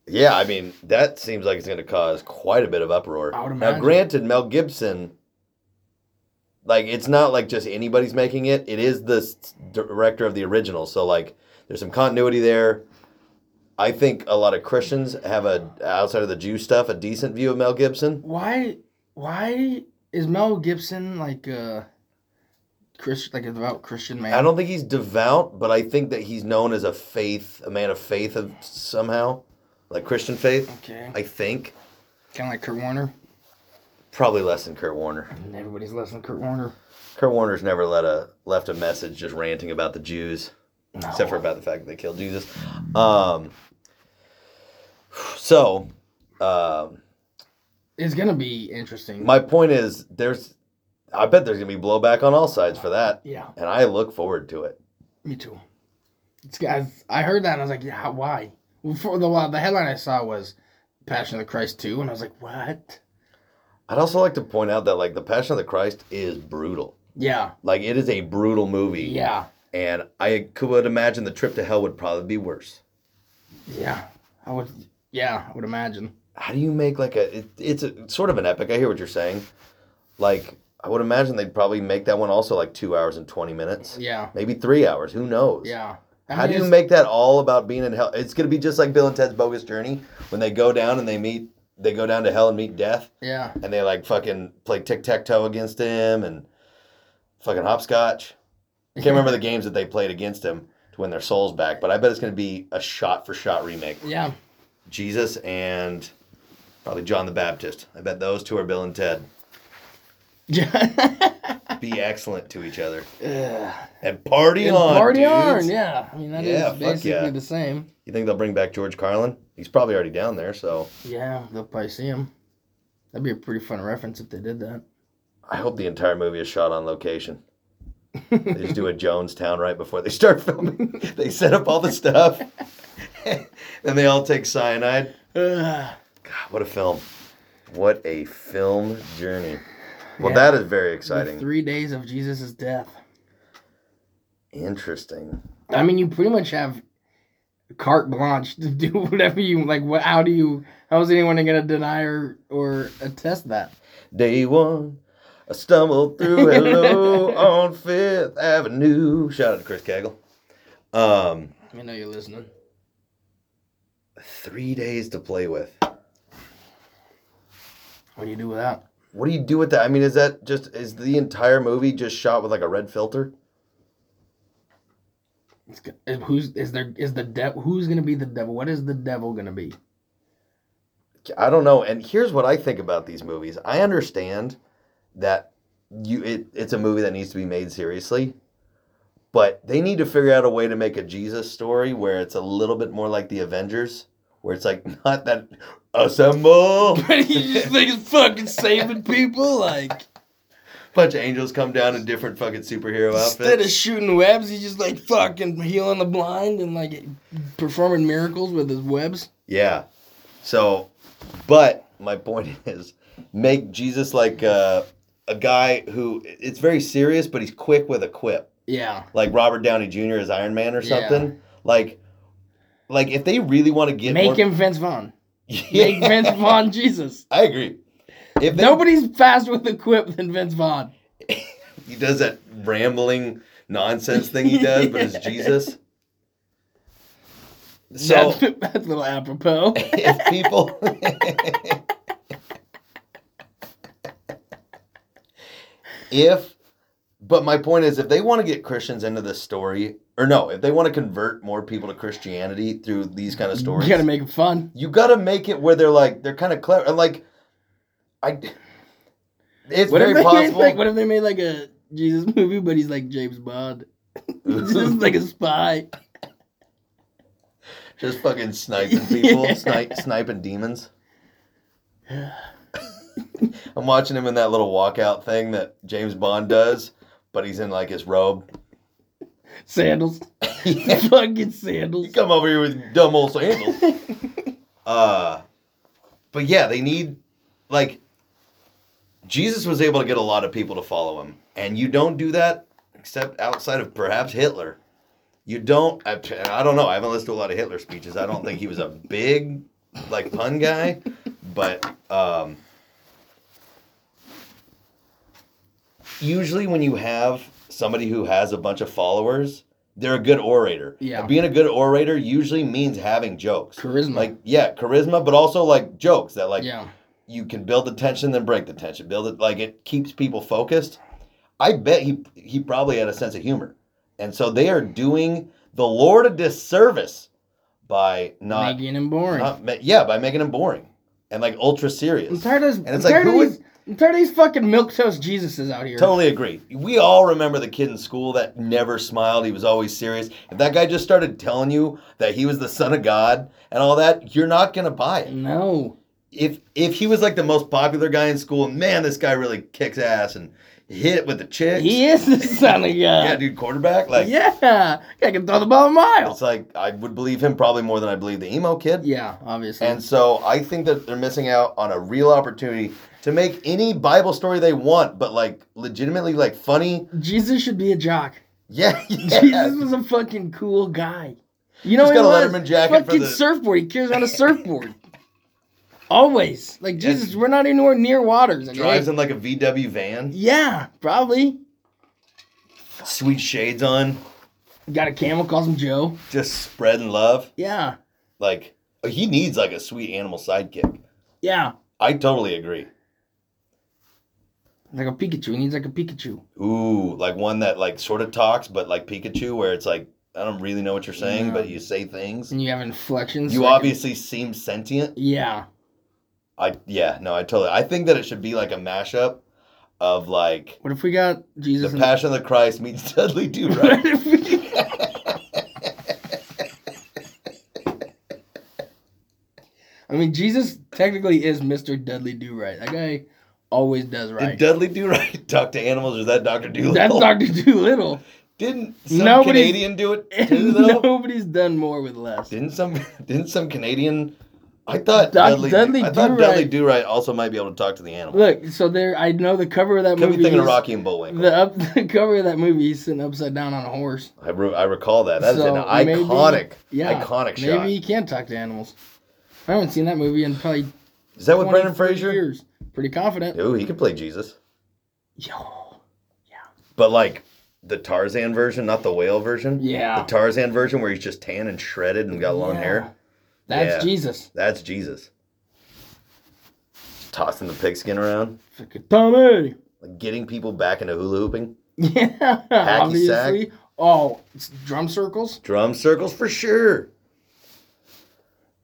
[SPEAKER 1] Yeah, I mean that seems like it's going to cause quite a bit of uproar.
[SPEAKER 2] I would
[SPEAKER 1] Now,
[SPEAKER 2] imagine.
[SPEAKER 1] granted, Mel Gibson, like it's not like just anybody's making it. It is the s- director of the original, so like there's some continuity there. I think a lot of Christians have a outside of the Jew stuff a decent view of Mel Gibson.
[SPEAKER 2] Why why is Mel Gibson like a Chris like a devout Christian man?
[SPEAKER 1] I don't think he's devout, but I think that he's known as a faith, a man of faith of somehow, like Christian faith.
[SPEAKER 2] Okay.
[SPEAKER 1] I think
[SPEAKER 2] Kind of like Kurt Warner.
[SPEAKER 1] probably less than Kurt Warner.
[SPEAKER 2] And everybody's less than Kurt Warner.
[SPEAKER 1] Kurt Warner's never let a left a message just ranting about the Jews,
[SPEAKER 2] No.
[SPEAKER 1] except for about the fact that they killed Jesus. Um, so, um,
[SPEAKER 2] It's gonna be interesting.
[SPEAKER 1] my point is, there's, I bet there's gonna be blowback on all sides for that,
[SPEAKER 2] yeah,
[SPEAKER 1] and I look forward to it.
[SPEAKER 2] me too. It's guys. I heard that and I was like, yeah, why? Well, for the well, the headline I saw was Passion of the Christ two, and I was like, what?
[SPEAKER 1] I'd also like to point out that like the Passion of the Christ is brutal.
[SPEAKER 2] Yeah,
[SPEAKER 1] Like it is a brutal movie.
[SPEAKER 2] yeah,
[SPEAKER 1] And I could would imagine the trip to hell would probably be worse.
[SPEAKER 2] yeah. I would. Yeah, I would imagine.
[SPEAKER 1] How do you make like a? It, it's a sort of an epic. I hear what you're saying. Like I would imagine they'd probably make that one also like two hours and twenty minutes,
[SPEAKER 2] Yeah,
[SPEAKER 1] maybe three hours. Who knows?
[SPEAKER 2] yeah. I
[SPEAKER 1] How
[SPEAKER 2] mean,
[SPEAKER 1] do you
[SPEAKER 2] it's-
[SPEAKER 1] make that all about being in hell? It's gonna be just like Bill and Ted's Bogus Journey when they go down and they meet. They go down to hell and meet death,
[SPEAKER 2] Yeah,
[SPEAKER 1] and they like fucking play tic tac toe against him and fucking hopscotch. I can't remember the games that they played against him to win their souls back, but I bet it's gonna be a shot for shot remake.
[SPEAKER 2] yeah.
[SPEAKER 1] Jesus and probably John the Baptist. I bet those two are Bill and Ted.
[SPEAKER 2] Yeah.
[SPEAKER 1] Be excellent to each other
[SPEAKER 2] Ugh.
[SPEAKER 1] and party
[SPEAKER 2] And
[SPEAKER 1] on.
[SPEAKER 2] Party on.
[SPEAKER 1] dudes.
[SPEAKER 2] Yeah. I mean, that is
[SPEAKER 1] Yeah, fuck
[SPEAKER 2] basically
[SPEAKER 1] yeah.
[SPEAKER 2] the same.
[SPEAKER 1] You think they'll bring back George Carlin? He's probably already down there, so
[SPEAKER 2] Yeah, they'll probably see him. That'd be a pretty fun reference if they did that.
[SPEAKER 1] I hope the entire movie is shot on location. They just do a Jonestown right before they start filming. they set up all the stuff, and they all take cyanide.
[SPEAKER 2] Ugh.
[SPEAKER 1] God, what a film! What a film journey. Well,
[SPEAKER 2] Yeah.
[SPEAKER 1] that is very
[SPEAKER 2] The
[SPEAKER 1] exciting.
[SPEAKER 2] three days of Jesus' death.
[SPEAKER 1] Interesting.
[SPEAKER 2] I mean, you pretty much have carte blanche to do whatever you like. What? How do you? How is anyone gonna deny or or attest that?
[SPEAKER 1] Day one, I stumbled through hello on Fifth Avenue. Shout out to Chris Cagle. Um,
[SPEAKER 2] I know you're listening.
[SPEAKER 1] three days to play with.
[SPEAKER 2] What do you do with that?
[SPEAKER 1] What do you do with that? I mean, is that just is the entire movie just shot with like a red filter?
[SPEAKER 2] It's, go- is- who's is there? Is the devil? Who's gonna be the devil? What is the devil gonna be?
[SPEAKER 1] I don't know. And here's what I think about these movies. I understand that you it, it's a movie that needs to be made seriously, but they need to figure out a way to make a Jesus story where it's a little bit more like the Avengers, where it's like not that assemble.
[SPEAKER 2] you just think it's fucking saving people? Like
[SPEAKER 1] bunch of angels come down in different fucking superhero
[SPEAKER 2] Instead of
[SPEAKER 1] outfits.
[SPEAKER 2] shooting webs, he's just like fucking healing the blind and like performing miracles with his webs.
[SPEAKER 1] Yeah. So, but my point is, make Jesus like uh, a guy who it's very serious, but he's quick with a quip,
[SPEAKER 2] Yeah.
[SPEAKER 1] like Robert Downey Jr. as Iron Man or
[SPEAKER 2] Yeah.
[SPEAKER 1] something. Like, like if they really want to get
[SPEAKER 2] Make
[SPEAKER 1] more-
[SPEAKER 2] him Vince Vaughn.
[SPEAKER 1] Yeah.
[SPEAKER 2] Make Vince Vaughn Jesus.
[SPEAKER 1] I agree. If they,
[SPEAKER 2] Nobody's faster with a quip than Vince Vaughn.
[SPEAKER 1] he does that rambling nonsense thing he does, but it's Jesus. So
[SPEAKER 2] that's, that's a little apropos.
[SPEAKER 1] if people if but my point is if they want to get christians into this story or no if they want to convert more people to christianity through these kind of stories
[SPEAKER 2] You gotta make it fun.
[SPEAKER 1] you gotta make it where they're like they're kind of clever and like i it's
[SPEAKER 2] What if,
[SPEAKER 1] very
[SPEAKER 2] they made,
[SPEAKER 1] possible
[SPEAKER 2] like, what if they made like a Jesus movie, but he's like James Bond? just like a spy.
[SPEAKER 1] just fucking sniping people
[SPEAKER 2] Yeah.
[SPEAKER 1] snipe, sniping demons i'm watching him in that little walkout thing that james bond does but he's in like his robe
[SPEAKER 2] Sandals.
[SPEAKER 1] you
[SPEAKER 2] Fucking sandals.
[SPEAKER 1] come over here with dumb old sandals. uh, but yeah, they need like Jesus was able to get a lot of people to follow him, and you don't do that except outside of perhaps Hitler. You don't. I, and I don't know. I haven't listened to a lot of Hitler speeches. I don't think he was a big like pun guy, but um, usually when you have somebody who has a bunch of followers, they're a good orator.
[SPEAKER 2] Yeah.
[SPEAKER 1] And being a good orator usually means having jokes.
[SPEAKER 2] Charisma.
[SPEAKER 1] Like yeah, charisma, but also like jokes that like
[SPEAKER 2] yeah.
[SPEAKER 1] you can build the tension, then break the tension. Build it like it keeps people focused. I bet he he probably had a sense of humor, and so they are doing the Lord a disservice by not,
[SPEAKER 2] Making him boring.
[SPEAKER 1] not ma- yeah by making him boring and like ultra
[SPEAKER 2] I'm
[SPEAKER 1] serious.
[SPEAKER 2] tired of,
[SPEAKER 1] And it's
[SPEAKER 2] I'm
[SPEAKER 1] like,
[SPEAKER 2] tired
[SPEAKER 1] who
[SPEAKER 2] of these, I'm tired of these fucking milk toast Jesuses out here.
[SPEAKER 1] Totally agree. We all remember the kid in school that never smiled. He was always serious. If that guy just started telling you that he was the son of God and all that, you're not gonna buy it.
[SPEAKER 2] No.
[SPEAKER 1] if if he was like the most popular guy in school, man, this guy really kicks ass and hit it with the chicks.
[SPEAKER 2] He is the son of God.
[SPEAKER 1] yeah, dude, quarterback. Like,
[SPEAKER 2] yeah. I can throw the ball a mile.
[SPEAKER 1] it's like I would believe him probably more than I believe the emo kid.
[SPEAKER 2] Yeah, obviously.
[SPEAKER 1] And so I think that they're missing out on a real opportunity to make any Bible story they want, but like legitimately like funny.
[SPEAKER 2] Jesus should be a jock.
[SPEAKER 1] Yeah, yeah.
[SPEAKER 2] Jesus was a fucking cool guy. You know,
[SPEAKER 1] Just
[SPEAKER 2] he
[SPEAKER 1] got a
[SPEAKER 2] was?
[SPEAKER 1] Letterman jacket for
[SPEAKER 2] fucking
[SPEAKER 1] the-
[SPEAKER 2] surfboard. He carries on a surfboard. Always, like Jesus, we're not anywhere near waters. okay?
[SPEAKER 1] Drives in like a VW van,
[SPEAKER 2] Yeah, probably.
[SPEAKER 1] sweet shades on,
[SPEAKER 2] Got a camel, calls him Joe.
[SPEAKER 1] just spreading love.
[SPEAKER 2] Yeah,
[SPEAKER 1] Like he needs like a sweet animal sidekick.
[SPEAKER 2] yeah.
[SPEAKER 1] I totally agree.
[SPEAKER 2] Like a Pikachu. He needs like a Pikachu.
[SPEAKER 1] Ooh, like one that like sort of talks, but like Pikachu, where it's like I don't really know what you're saying,
[SPEAKER 2] Yeah. Mm,
[SPEAKER 1] but you say things.
[SPEAKER 2] And you have inflections.
[SPEAKER 1] You
[SPEAKER 2] like-
[SPEAKER 1] obviously seem sentient.
[SPEAKER 2] Yeah.
[SPEAKER 1] I yeah, no, I totally. I think that it should be like a mashup of like
[SPEAKER 2] What if we got
[SPEAKER 1] the
[SPEAKER 2] Jesus? and-
[SPEAKER 1] Passion of the Christ meets Dudley Do
[SPEAKER 2] What
[SPEAKER 1] Right.
[SPEAKER 2] if we- I mean, Jesus technically is Mr. Dudley Do Right. That guy always does
[SPEAKER 1] Did
[SPEAKER 2] right.
[SPEAKER 1] Dudley Do Right talk to animals, or is that Doctor Doolittle?
[SPEAKER 2] That's Doctor Doolittle.
[SPEAKER 1] Didn't some
[SPEAKER 2] Nobody's-
[SPEAKER 1] Canadian do it too
[SPEAKER 2] And
[SPEAKER 1] though?
[SPEAKER 2] nobody's done more with less.
[SPEAKER 1] Didn't some Didn't some Canadian? I thought
[SPEAKER 2] Doc-
[SPEAKER 1] Dudley.
[SPEAKER 2] Dudley
[SPEAKER 1] I thought
[SPEAKER 2] Do-Right-
[SPEAKER 1] Dudley Do Right also might be able to talk to the animals.
[SPEAKER 2] Look, so there. I know the cover of that
[SPEAKER 1] Could be
[SPEAKER 2] movie.
[SPEAKER 1] thinking of
[SPEAKER 2] he's-
[SPEAKER 1] Rocky and Bullwinkle.
[SPEAKER 2] The, up, the cover of that movie, he's sitting upside down on a horse.
[SPEAKER 1] I, re- I recall that. That is
[SPEAKER 2] So
[SPEAKER 1] an iconic,
[SPEAKER 2] maybe- yeah,
[SPEAKER 1] iconic
[SPEAKER 2] Maybe
[SPEAKER 1] shot.
[SPEAKER 2] he can talk to animals. I haven't seen that movie in probably
[SPEAKER 1] Is that with
[SPEAKER 2] 20,
[SPEAKER 1] Brendan Fraser?
[SPEAKER 2] years. Pretty confident.
[SPEAKER 1] Ooh, he could play Jesus,
[SPEAKER 2] Yo.
[SPEAKER 1] but like the Tarzan version, not the whale version.
[SPEAKER 2] Yeah.
[SPEAKER 1] The Tarzan version where he's just tan and shredded and got long
[SPEAKER 2] Yeah.
[SPEAKER 1] hair.
[SPEAKER 2] That's
[SPEAKER 1] Yeah.
[SPEAKER 2] Jesus.
[SPEAKER 1] That's Jesus. Tossing the pigskin around,
[SPEAKER 2] Fucking Tommy.
[SPEAKER 1] like getting people back into hula hooping,
[SPEAKER 2] Yeah, obviously. Oh, it's drum circles.
[SPEAKER 1] drum circles for sure.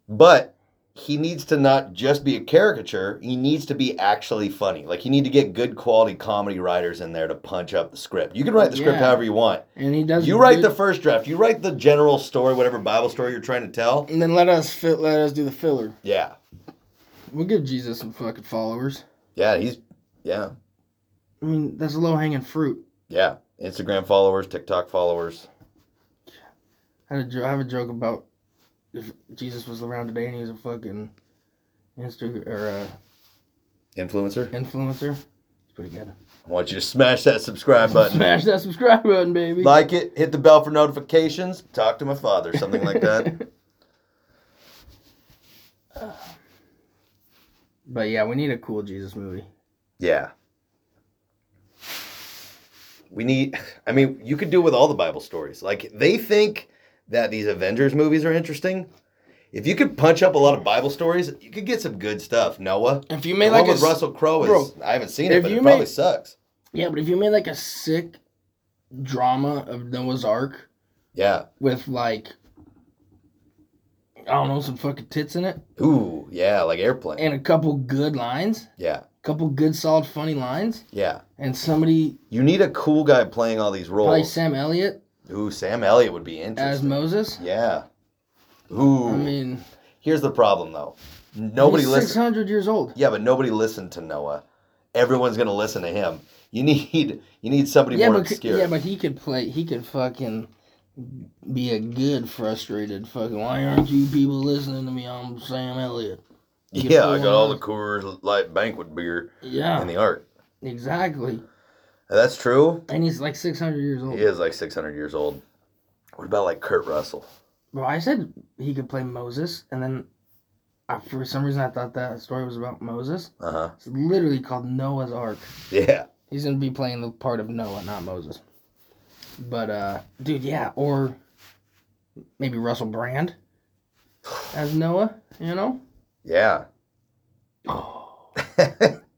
[SPEAKER 1] But he needs to not just be a caricature. He needs to be actually funny. Like you need to get good quality comedy writers in there to punch up the script. You can write the script
[SPEAKER 2] Yeah.
[SPEAKER 1] however you want.
[SPEAKER 2] And he does.
[SPEAKER 1] You write the
[SPEAKER 2] good-
[SPEAKER 1] first draft. You write the general story, whatever Bible story you're trying to tell.
[SPEAKER 2] And then let us fit. Let us do the filler.
[SPEAKER 1] Yeah,
[SPEAKER 2] We'll give Jesus some fucking followers.
[SPEAKER 1] yeah, he's yeah.
[SPEAKER 2] I mean, that's low hanging fruit.
[SPEAKER 1] Yeah, Instagram followers, TikTok followers.
[SPEAKER 2] I, had a jo- I have a joke about if Jesus was around today and he was a fucking Insta or uh,
[SPEAKER 1] Influencer,
[SPEAKER 2] influencer. It's pretty good.
[SPEAKER 1] I want you to smash that subscribe button.
[SPEAKER 2] Smash that subscribe button, baby.
[SPEAKER 1] Like it, hit the bell for notifications, talk to my father, something like that.
[SPEAKER 2] but yeah, we need a cool Jesus movie.
[SPEAKER 1] Yeah. We need, I mean, you could do it with all the Bible stories. Like, they think that these Avengers movies are interesting. If you could punch up a lot of Bible stories, you could get some good stuff. Noah.
[SPEAKER 2] If you
[SPEAKER 1] The
[SPEAKER 2] made like
[SPEAKER 1] one
[SPEAKER 2] a
[SPEAKER 1] with
[SPEAKER 2] s-
[SPEAKER 1] Russell Crowe is,
[SPEAKER 2] Bro,
[SPEAKER 1] I haven't seen
[SPEAKER 2] if
[SPEAKER 1] it, but
[SPEAKER 2] you
[SPEAKER 1] it probably
[SPEAKER 2] made-
[SPEAKER 1] sucks.
[SPEAKER 2] yeah, but if you made like a sick drama of Noah's Ark
[SPEAKER 1] Yeah.
[SPEAKER 2] with like I don't know some fucking tits in it
[SPEAKER 1] Ooh, yeah, like Airplane.
[SPEAKER 2] and a couple good lines,
[SPEAKER 1] yeah,
[SPEAKER 2] couple good solid funny lines,
[SPEAKER 1] yeah.
[SPEAKER 2] and somebody
[SPEAKER 1] You need a cool guy playing all these
[SPEAKER 2] probably
[SPEAKER 1] roles.
[SPEAKER 2] Sam Elliott
[SPEAKER 1] Ooh, Sam Elliott would be
[SPEAKER 2] as
[SPEAKER 1] interesting.
[SPEAKER 2] Moses.
[SPEAKER 1] yeah. Ooh.
[SPEAKER 2] I mean,
[SPEAKER 1] Here's the problem, though. Nobody
[SPEAKER 2] six
[SPEAKER 1] listens.
[SPEAKER 2] hundred years old.
[SPEAKER 1] Yeah, but nobody listened to Noah. Everyone's gonna listen to him. You need you need somebody
[SPEAKER 2] Yeah,
[SPEAKER 1] more
[SPEAKER 2] but c-
[SPEAKER 1] obscure.
[SPEAKER 2] yeah, but he could play. He could fucking be a good frustrated fucking. Why aren't you people listening to me? I'm Sam Elliott. you could
[SPEAKER 1] Yeah,
[SPEAKER 2] pull
[SPEAKER 1] I got all
[SPEAKER 2] one
[SPEAKER 1] the Coors Light banquet beer
[SPEAKER 2] Yeah,
[SPEAKER 1] in the art.
[SPEAKER 2] exactly.
[SPEAKER 1] That's true.
[SPEAKER 2] And he's like six hundred years old.
[SPEAKER 1] He is like 600 years old. What about like Kurt Russell?
[SPEAKER 2] Bro, I said he could play Moses, and then I, for some reason I thought that story was about Moses.
[SPEAKER 1] Uh huh.
[SPEAKER 2] It's literally called Noah's Ark.
[SPEAKER 1] Yeah.
[SPEAKER 2] He's gonna be playing the part of Noah, not Moses. But uh, dude, yeah, or maybe Russell Brand as Noah. You know?
[SPEAKER 1] Yeah.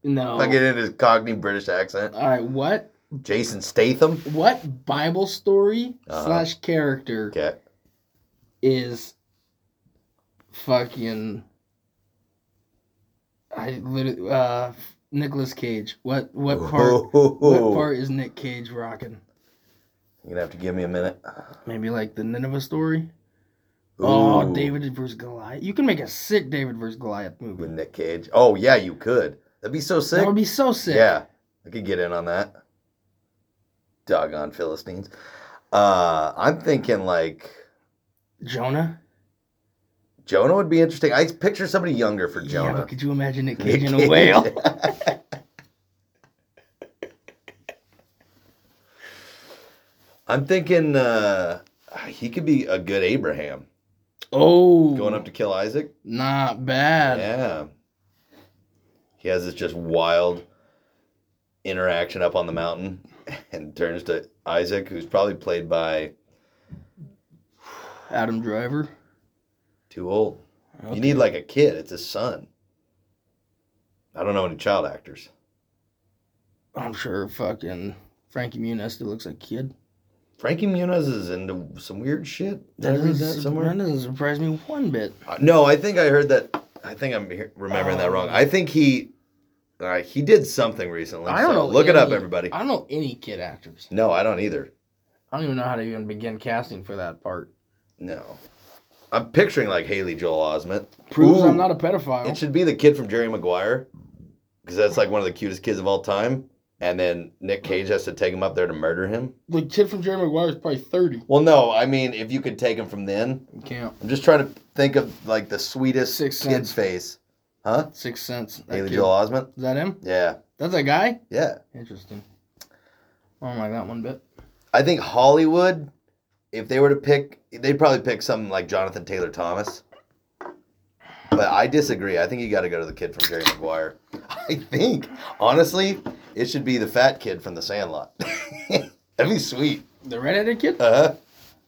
[SPEAKER 2] No.
[SPEAKER 1] I get in his Cockney British accent.
[SPEAKER 2] All right, what
[SPEAKER 1] Jason Statham.
[SPEAKER 2] what Bible story
[SPEAKER 1] Uh-huh.
[SPEAKER 2] slash character
[SPEAKER 1] Okay.
[SPEAKER 2] is fucking? I literally uh, Nicholas Cage. What what
[SPEAKER 1] Oh.
[SPEAKER 2] part? What part is Nick Cage rocking?
[SPEAKER 1] You're gonna have to give me a minute.
[SPEAKER 2] Maybe like the Nineveh story. Oh,
[SPEAKER 1] Ooh,
[SPEAKER 2] David versus Goliath. You can make a sick David versus Goliath
[SPEAKER 1] With
[SPEAKER 2] movie.
[SPEAKER 1] Nick Cage. Oh yeah, you could. That'd be so sick.
[SPEAKER 2] That would be so sick.
[SPEAKER 1] Yeah, I could get in on that. Doggone Philistines. Uh, I'm thinking like
[SPEAKER 2] Jonah.
[SPEAKER 1] Jonah would be interesting. I picture somebody younger for
[SPEAKER 2] Yeah,
[SPEAKER 1] Jonah.
[SPEAKER 2] but could you imagine Nick
[SPEAKER 1] Nick
[SPEAKER 2] Cage in a
[SPEAKER 1] Cage.
[SPEAKER 2] whale?
[SPEAKER 1] I'm thinking uh, he could be a good Abraham
[SPEAKER 2] Oh,
[SPEAKER 1] going up to kill Isaac.
[SPEAKER 2] not bad.
[SPEAKER 1] Yeah. He has this just wild interaction up on the mountain and turns to Isaac, who's probably played by
[SPEAKER 2] Adam Driver.
[SPEAKER 1] Too old. You need like a kid. It's his son. I don't know any child actors.
[SPEAKER 2] I'm sure fucking Frankie Muniz still looks like a kid.
[SPEAKER 1] Frankie Muniz is into some weird shit. Did I
[SPEAKER 2] That
[SPEAKER 1] read
[SPEAKER 2] doesn't,
[SPEAKER 1] that
[SPEAKER 2] sur-
[SPEAKER 1] somewhere?
[SPEAKER 2] that doesn't surprise me one bit.
[SPEAKER 1] Uh, no, I think I heard that. I think I'm he- remembering that wrong. I think he, uh, he did something recently.
[SPEAKER 2] I don't
[SPEAKER 1] so
[SPEAKER 2] know.
[SPEAKER 1] Look it up,
[SPEAKER 2] any-
[SPEAKER 1] everybody.
[SPEAKER 2] I don't know any kid actors.
[SPEAKER 1] No, I don't either.
[SPEAKER 2] I don't even know how to even begin casting for that part.
[SPEAKER 1] No, I'm picturing like Haley Joel Osment.
[SPEAKER 2] Proves
[SPEAKER 1] Ooh.
[SPEAKER 2] I'm not a
[SPEAKER 1] It
[SPEAKER 2] pedophile.
[SPEAKER 1] should be the kid from Jerry Maguire, because that's like one of the cutest kids of all time. And then Nick Cage has to take him up there to murder him.
[SPEAKER 2] The kid from Jerry Maguire is probably 30.
[SPEAKER 1] Well, no, I mean if you could take him from then,
[SPEAKER 2] You can't.
[SPEAKER 1] I'm just trying to think of like the sweetest
[SPEAKER 2] Sixth
[SPEAKER 1] kid's
[SPEAKER 2] Sense.
[SPEAKER 1] face. Huh?
[SPEAKER 2] Sixth Sense. That
[SPEAKER 1] Haley
[SPEAKER 2] kid.
[SPEAKER 1] Joel Osment?
[SPEAKER 2] Is that him?
[SPEAKER 1] Yeah.
[SPEAKER 2] That's a guy?
[SPEAKER 1] Yeah.
[SPEAKER 2] Interesting. I don't like that one bit.
[SPEAKER 1] I think Hollywood, if they were to pick, they'd probably pick something like Jonathan Taylor Thomas. But I disagree. I think you got to go to the kid from Jerry Maguire. I think, honestly, it should be the fat kid from The Sandlot. That'd be sweet.
[SPEAKER 2] The redheaded kid?
[SPEAKER 1] Uh huh.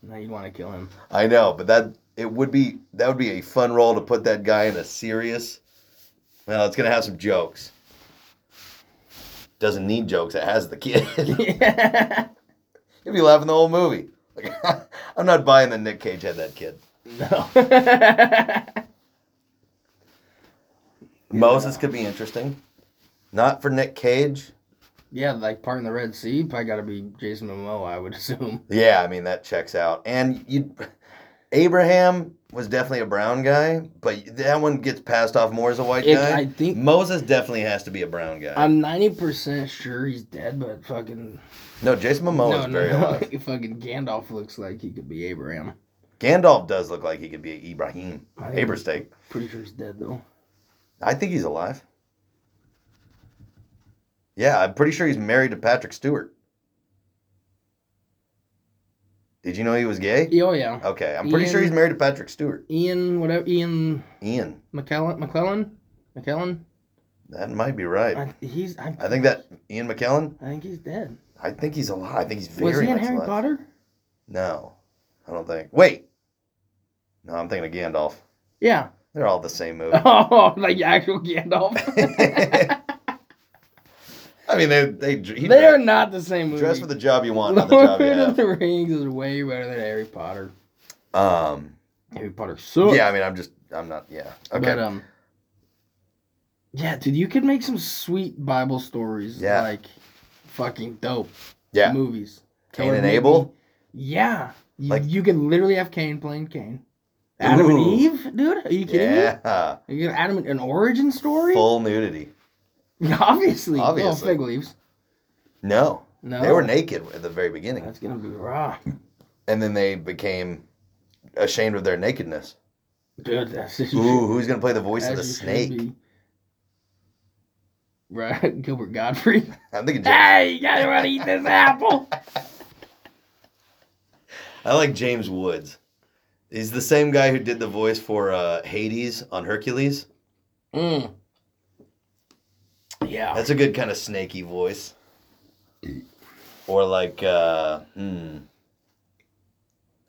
[SPEAKER 2] No, you'd want to kill him.
[SPEAKER 1] I know, but that it would be that would be a fun role to put that guy in a serious. Well, it's gonna have some jokes. Doesn't need jokes. It has the kid.
[SPEAKER 2] yeah.
[SPEAKER 1] He'll be laughing the whole movie. Like, I'm not buying that Nick Cage had that kid.
[SPEAKER 2] No.
[SPEAKER 1] Moses could be interesting. Not for Nick Cage.
[SPEAKER 2] yeah, like part in the Red Sea. Probably got to be Jason Momoa, I would assume.
[SPEAKER 1] Yeah, I mean that checks out. And you, Abraham was definitely a brown guy, but that one gets passed off more as a white
[SPEAKER 2] It-
[SPEAKER 1] guy.
[SPEAKER 2] I think-
[SPEAKER 1] Moses definitely has to be a brown guy.
[SPEAKER 2] I'm ninety percent sure he's dead, but fucking
[SPEAKER 1] no, Jason Momoa
[SPEAKER 2] no,
[SPEAKER 1] is
[SPEAKER 2] no,
[SPEAKER 1] very
[SPEAKER 2] no.
[SPEAKER 1] alive.
[SPEAKER 2] fucking Gandalf looks like he could be Abraham.
[SPEAKER 1] Gandalf does look like he could be Ibrahim.
[SPEAKER 2] I-
[SPEAKER 1] Abersteak.
[SPEAKER 2] Pretty sure he's dead though.
[SPEAKER 1] I think he's alive. Yeah, I'm pretty sure he's married to Patrick Stewart. Did you know he was gay?
[SPEAKER 2] Yeah, Oh yeah,
[SPEAKER 1] Okay, I'm pretty
[SPEAKER 2] Ian-
[SPEAKER 1] sure he's married to Patrick Stewart.
[SPEAKER 2] Ian whatever Ian
[SPEAKER 1] Ian,
[SPEAKER 2] McClellan McClellan McClellan.
[SPEAKER 1] that might be right.
[SPEAKER 2] I, he's I,
[SPEAKER 1] I think that Ian McKellen.
[SPEAKER 2] I think he's dead.
[SPEAKER 1] I think he's alive. I think he's very
[SPEAKER 2] Was he in
[SPEAKER 1] much
[SPEAKER 2] Harry
[SPEAKER 1] alive.
[SPEAKER 2] Potter?
[SPEAKER 1] No, I don't think. Wait, no, I'm thinking of Gandalf.
[SPEAKER 2] Yeah.
[SPEAKER 1] They're all the same movie.
[SPEAKER 2] Oh, like actual Gandalf.
[SPEAKER 1] I mean, they they he
[SPEAKER 2] they are
[SPEAKER 1] dre-
[SPEAKER 2] not the same movie.
[SPEAKER 1] dress for the job you want, not
[SPEAKER 2] Lord
[SPEAKER 1] the job you
[SPEAKER 2] of
[SPEAKER 1] have.
[SPEAKER 2] the Rings is way better than Harry Potter.
[SPEAKER 1] Um,
[SPEAKER 2] Harry Potter sucks.
[SPEAKER 1] yeah, I mean, I'm just, I'm not, yeah. Okay.
[SPEAKER 2] But um Yeah, dude, you could make some sweet Bible stories
[SPEAKER 1] Yeah.
[SPEAKER 2] like fucking dope
[SPEAKER 1] yeah.
[SPEAKER 2] movies.
[SPEAKER 1] Cain
[SPEAKER 2] Or
[SPEAKER 1] and
[SPEAKER 2] maybe-
[SPEAKER 1] Abel?
[SPEAKER 2] Yeah. You,
[SPEAKER 1] Like-
[SPEAKER 2] you could literally have Cain playing Cain. Adam and
[SPEAKER 1] Ooh.
[SPEAKER 2] Eve, dude? Are you kidding me?
[SPEAKER 1] Yeah.
[SPEAKER 2] Are you gonna Adam and- an origin story?
[SPEAKER 1] Full nudity.
[SPEAKER 2] Obviously. Oh,
[SPEAKER 1] Obviously.
[SPEAKER 2] fig leaves.
[SPEAKER 1] No.
[SPEAKER 2] No.
[SPEAKER 1] They were naked at the very beginning.
[SPEAKER 2] That's gonna be raw.
[SPEAKER 1] And then they became ashamed of their nakedness.
[SPEAKER 2] Dude, that's just
[SPEAKER 1] Ooh, who's going to play the voice of the
[SPEAKER 2] as you should
[SPEAKER 1] snake?
[SPEAKER 2] be. Right, Gilbert Godfrey.
[SPEAKER 1] I'm thinking, James,
[SPEAKER 2] hey, you gotta want to eat this apple.
[SPEAKER 1] I like James Woods. He's the same guy who did the voice for uh, Hades on Hercules.
[SPEAKER 2] Mm. Yeah.
[SPEAKER 1] That's a good kind of snaky voice. Or like, uh, hmm.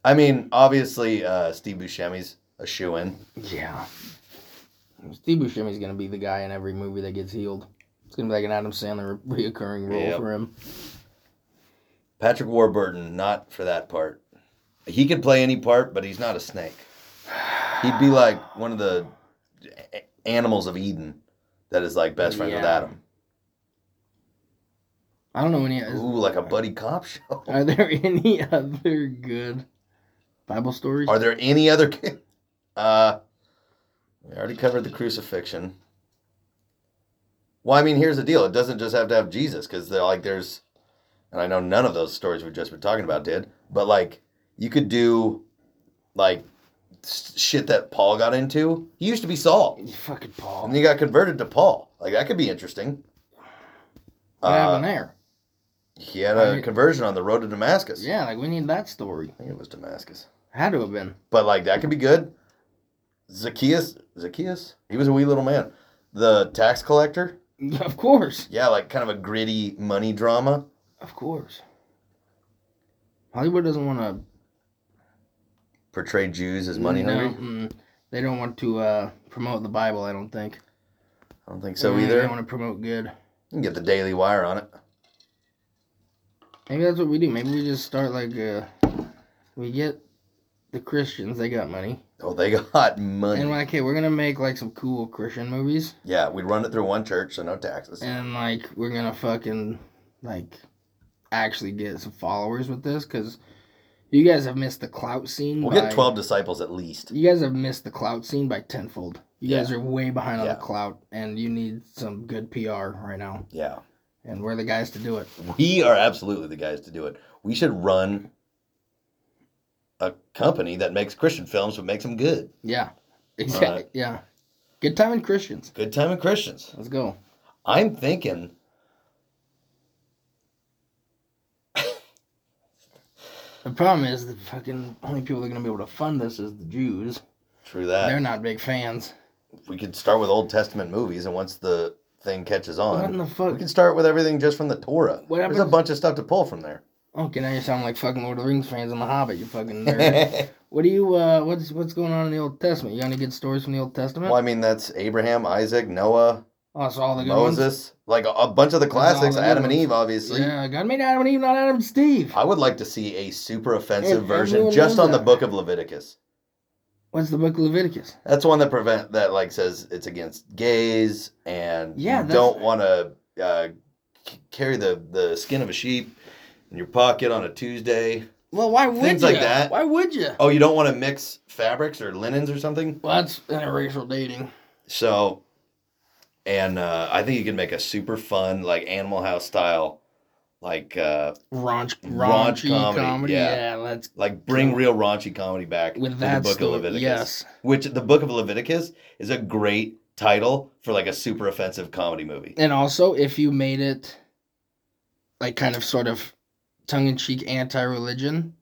[SPEAKER 1] I mean, obviously, uh, Steve Buscemi's a shoe in.
[SPEAKER 2] yeah. Steve Buscemi's gonna be the guy in every movie that gets healed. It's gonna be like an Adam Sandler re- reoccurring role
[SPEAKER 1] Yep.
[SPEAKER 2] for him.
[SPEAKER 1] Patrick Warburton, not for that part. He could play any part, but he's not a snake. He'd be like one of the a- animals of Eden that is like best friends with
[SPEAKER 2] Yeah.
[SPEAKER 1] Adam.
[SPEAKER 2] I don't know any.
[SPEAKER 1] Ooh, like a buddy cop show.
[SPEAKER 2] Are there any other good Bible stories?
[SPEAKER 1] Are there any other? ca- Uh, we already covered the crucifixion. Well, I mean, here's the deal: it doesn't just have to have Jesus, because they're like there's, and I know none of those stories we've just been talking about did, but like you could do, like, s- shit that Paul got into. He used to be Saul,
[SPEAKER 2] You fucking
[SPEAKER 1] and
[SPEAKER 2] Paul.
[SPEAKER 1] then he got converted to Paul. Like that could be interesting.
[SPEAKER 2] What
[SPEAKER 1] Uh,
[SPEAKER 2] happened there?
[SPEAKER 1] he had a
[SPEAKER 2] I-
[SPEAKER 1] conversion on the road to Damascus.
[SPEAKER 2] Yeah, like we need that story.
[SPEAKER 1] I think it was Damascus.
[SPEAKER 2] Had to have been.
[SPEAKER 1] But like that could be good. Zacchaeus, Zacchaeus, he was a wee little man. The tax collector,
[SPEAKER 2] Of course.
[SPEAKER 1] yeah, like kind of a gritty money drama.
[SPEAKER 2] Of course. Hollywood doesn't want to
[SPEAKER 1] Portray Jews as money
[SPEAKER 2] no,
[SPEAKER 1] hungry.
[SPEAKER 2] mm, they don't want to uh, promote the Bible. I don't think.
[SPEAKER 1] I don't think so
[SPEAKER 2] They-
[SPEAKER 1] either.
[SPEAKER 2] They
[SPEAKER 1] You
[SPEAKER 2] want to promote good.
[SPEAKER 1] can get the Daily Wire on it.
[SPEAKER 2] Maybe that's what we do. Maybe we just start like uh, we get the Christians. They got money,
[SPEAKER 1] Oh, they got money.
[SPEAKER 2] and like, hey, we're gonna make like some cool Christian movies,
[SPEAKER 1] yeah, we'd run it through one church, so no taxes.
[SPEAKER 2] and like we're gonna fucking like actually get some followers with this because you guys have missed the clout scene.
[SPEAKER 1] we'll
[SPEAKER 2] by-
[SPEAKER 1] get twelve disciples at least.
[SPEAKER 2] You guys have missed the clout scene by tenfold. You
[SPEAKER 1] Yeah.
[SPEAKER 2] guys are way behind on
[SPEAKER 1] Yeah.
[SPEAKER 2] the clout, and you need some good PR right now.
[SPEAKER 1] Yeah,
[SPEAKER 2] And we're the guys to do it.
[SPEAKER 1] we are absolutely the guys to do it. We should run a company that makes Christian films but makes them good.
[SPEAKER 2] Yeah. Exactly. Yeah. Good time in Christians.
[SPEAKER 1] Good time and Christians.
[SPEAKER 2] Let's go.
[SPEAKER 1] I'm thinking.
[SPEAKER 2] The problem is the fucking only people that are gonna be able to fund this is the Jews.
[SPEAKER 1] True that.
[SPEAKER 2] They're not big fans.
[SPEAKER 1] we could start with Old Testament movies, and once the thing catches on,
[SPEAKER 2] What in the
[SPEAKER 1] we
[SPEAKER 2] fuck?
[SPEAKER 1] can start with everything just from the Torah.
[SPEAKER 2] What
[SPEAKER 1] There's a
[SPEAKER 2] happens-
[SPEAKER 1] bunch of stuff to pull from there.
[SPEAKER 2] Okay, now you sound like fucking Lord of the Rings fans on The Hobbit. You fucking nerd. what do you? uh What's what's going on in the Old Testament? You got any good stories from the Old Testament?
[SPEAKER 1] well, I mean, that's Abraham, Isaac, Noah,
[SPEAKER 2] Oh, it's all the good ones.
[SPEAKER 1] Moses, like a, a bunch of the classics.
[SPEAKER 2] all the
[SPEAKER 1] Adam
[SPEAKER 2] good
[SPEAKER 1] and
[SPEAKER 2] ones.
[SPEAKER 1] Eve, obviously.
[SPEAKER 2] Yeah, God made Adam and Eve, not Adam and Steve.
[SPEAKER 1] I would like to see a super offensive
[SPEAKER 2] And
[SPEAKER 1] version
[SPEAKER 2] everyone
[SPEAKER 1] just
[SPEAKER 2] knows
[SPEAKER 1] on the
[SPEAKER 2] that.
[SPEAKER 1] Book of Leviticus.
[SPEAKER 2] What's the Book of Leviticus?
[SPEAKER 1] That's one that prevent that like says it's against gays and
[SPEAKER 2] Yeah,
[SPEAKER 1] you
[SPEAKER 2] that's-
[SPEAKER 1] don't want to uh, c- carry the the skin of a sheep in your pocket on a Tuesday.
[SPEAKER 2] Well, why would
[SPEAKER 1] Things
[SPEAKER 2] you?
[SPEAKER 1] like that.
[SPEAKER 2] Why would you?
[SPEAKER 1] Oh, you don't want to mix fabrics or linens or something?
[SPEAKER 2] Well, that's interracial dating.
[SPEAKER 1] So, and uh, I think you can make a super fun, like Animal House style, like uh,
[SPEAKER 2] Raunch,
[SPEAKER 1] Raunch
[SPEAKER 2] raunchy
[SPEAKER 1] comedy,
[SPEAKER 2] comedy.
[SPEAKER 1] yeah.
[SPEAKER 2] Yeah. let's
[SPEAKER 1] like bring real raunchy comedy back
[SPEAKER 2] with
[SPEAKER 1] to
[SPEAKER 2] that
[SPEAKER 1] the Book
[SPEAKER 2] story.
[SPEAKER 1] of Leviticus.
[SPEAKER 2] Yes.
[SPEAKER 1] Which the Book of Leviticus is a great title for like a super offensive comedy movie.
[SPEAKER 2] And also, if you made it like kind of sort of tongue in cheek anti religion,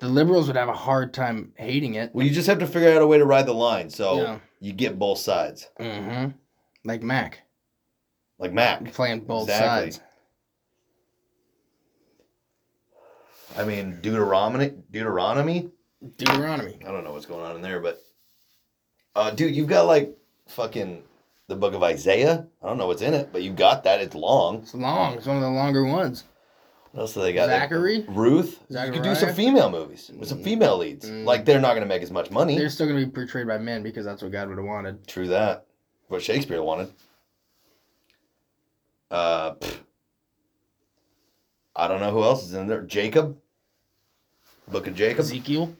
[SPEAKER 2] the liberals would have a hard time hating it.
[SPEAKER 1] Well, you just have to figure out a way to ride the line, so
[SPEAKER 2] Yeah.
[SPEAKER 1] you get both sides,
[SPEAKER 2] Mm hmm. Like Mac,
[SPEAKER 1] like Mac.
[SPEAKER 2] playing both
[SPEAKER 1] Exactly.
[SPEAKER 2] sides.
[SPEAKER 1] I mean, Deuteronomy. Deuteronomy.
[SPEAKER 2] Deuteronomy.
[SPEAKER 1] I don't know what's going on in there, but uh, dude, you've got like fucking the Book of Isaiah. I don't know what's in it, but you got that. It's long.
[SPEAKER 2] It's long. It's one of the longer ones.
[SPEAKER 1] What else do they got?
[SPEAKER 2] Zachary?
[SPEAKER 1] Ruth. You could do some
[SPEAKER 2] Zachariah?
[SPEAKER 1] female movies with some female leads.
[SPEAKER 2] Mm.
[SPEAKER 1] Like they're not gonna make as much money.
[SPEAKER 2] They're still going to be portrayed by men because that's what God would have wanted.
[SPEAKER 1] True that. What Shakespeare wanted. Uh, pff. I don't know who else is in there. Jacob. Book of Jacob.
[SPEAKER 2] Ezekiel.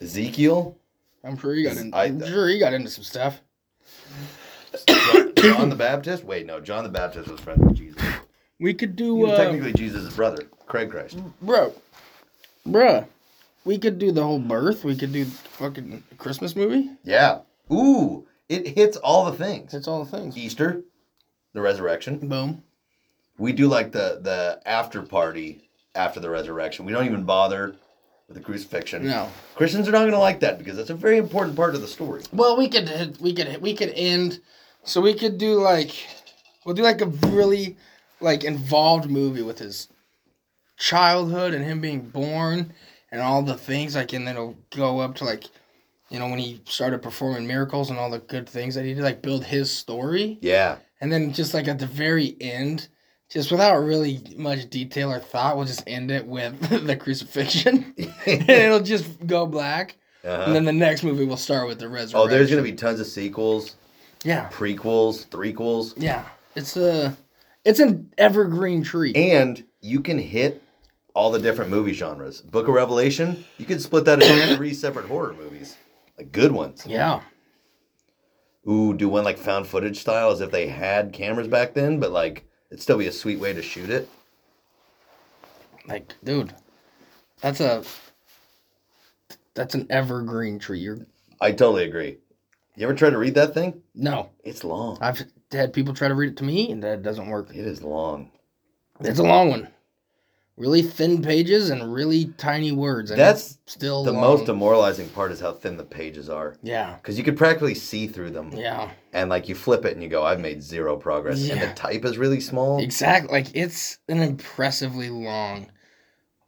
[SPEAKER 1] Ezekiel.
[SPEAKER 2] I'm sure he got in,
[SPEAKER 1] I-
[SPEAKER 2] I, am sure he got into some stuff.
[SPEAKER 1] John, John the Baptist. Wait, no, John the Baptist was friends with Jesus.
[SPEAKER 2] We could
[SPEAKER 1] He
[SPEAKER 2] do
[SPEAKER 1] was
[SPEAKER 2] uh,
[SPEAKER 1] technically Jesus' brother, Craig Christ.
[SPEAKER 2] bro, bruh. We could do the whole birth. We could do fucking Christmas movie.
[SPEAKER 1] Yeah. Ooh, it hits all the things.
[SPEAKER 2] It's all the things.
[SPEAKER 1] Easter, the resurrection.
[SPEAKER 2] Boom.
[SPEAKER 1] We do like the the after party after the resurrection. We don't even bother with the crucifixion.
[SPEAKER 2] No.
[SPEAKER 1] Christians are not going to like that because that's a very important part of the story.
[SPEAKER 2] Well, we could we could we could end. So we could do like we'll do like a really like involved movie with his childhood and him being born and all the things like and then it'll go up to like you know when he started performing miracles and all the good things that he did like build his story
[SPEAKER 1] Yeah.
[SPEAKER 2] and then just like at the very end just without really much detail or thought we'll just end it with the crucifixion
[SPEAKER 1] Uh-huh.
[SPEAKER 2] and it'll just go black and then the next movie will start with the resurrection
[SPEAKER 1] Oh, there's going to be tons of sequels,
[SPEAKER 2] yeah,
[SPEAKER 1] prequels, threequels,
[SPEAKER 2] yeah. It's a, it's an evergreen tree.
[SPEAKER 1] and you can hit all the different movie genres. Book of Revelation, you could split that into three separate horror movies, like good ones.
[SPEAKER 2] yeah,
[SPEAKER 1] Ooh, do one like found footage style, as if they had cameras back then, but like it'd still be a sweet way to shoot it.
[SPEAKER 2] like dude, that's a, that's an evergreen tree. You're
[SPEAKER 1] I totally agree. You ever try to read that thing?
[SPEAKER 2] no.
[SPEAKER 1] It's long.
[SPEAKER 2] I've had people try to read it to me, and that doesn't work.
[SPEAKER 1] It is long.
[SPEAKER 2] It's a long one, really thin pages and really tiny words. And
[SPEAKER 1] That's
[SPEAKER 2] it's still
[SPEAKER 1] The
[SPEAKER 2] long.
[SPEAKER 1] most demoralizing part is how thin the pages are.
[SPEAKER 2] yeah,
[SPEAKER 1] Because you could practically see through them.
[SPEAKER 2] yeah,
[SPEAKER 1] And like you flip it and you go, I've made zero progress. And
[SPEAKER 2] Yeah.
[SPEAKER 1] the type is really small.
[SPEAKER 2] exactly. Like it's an impressively long,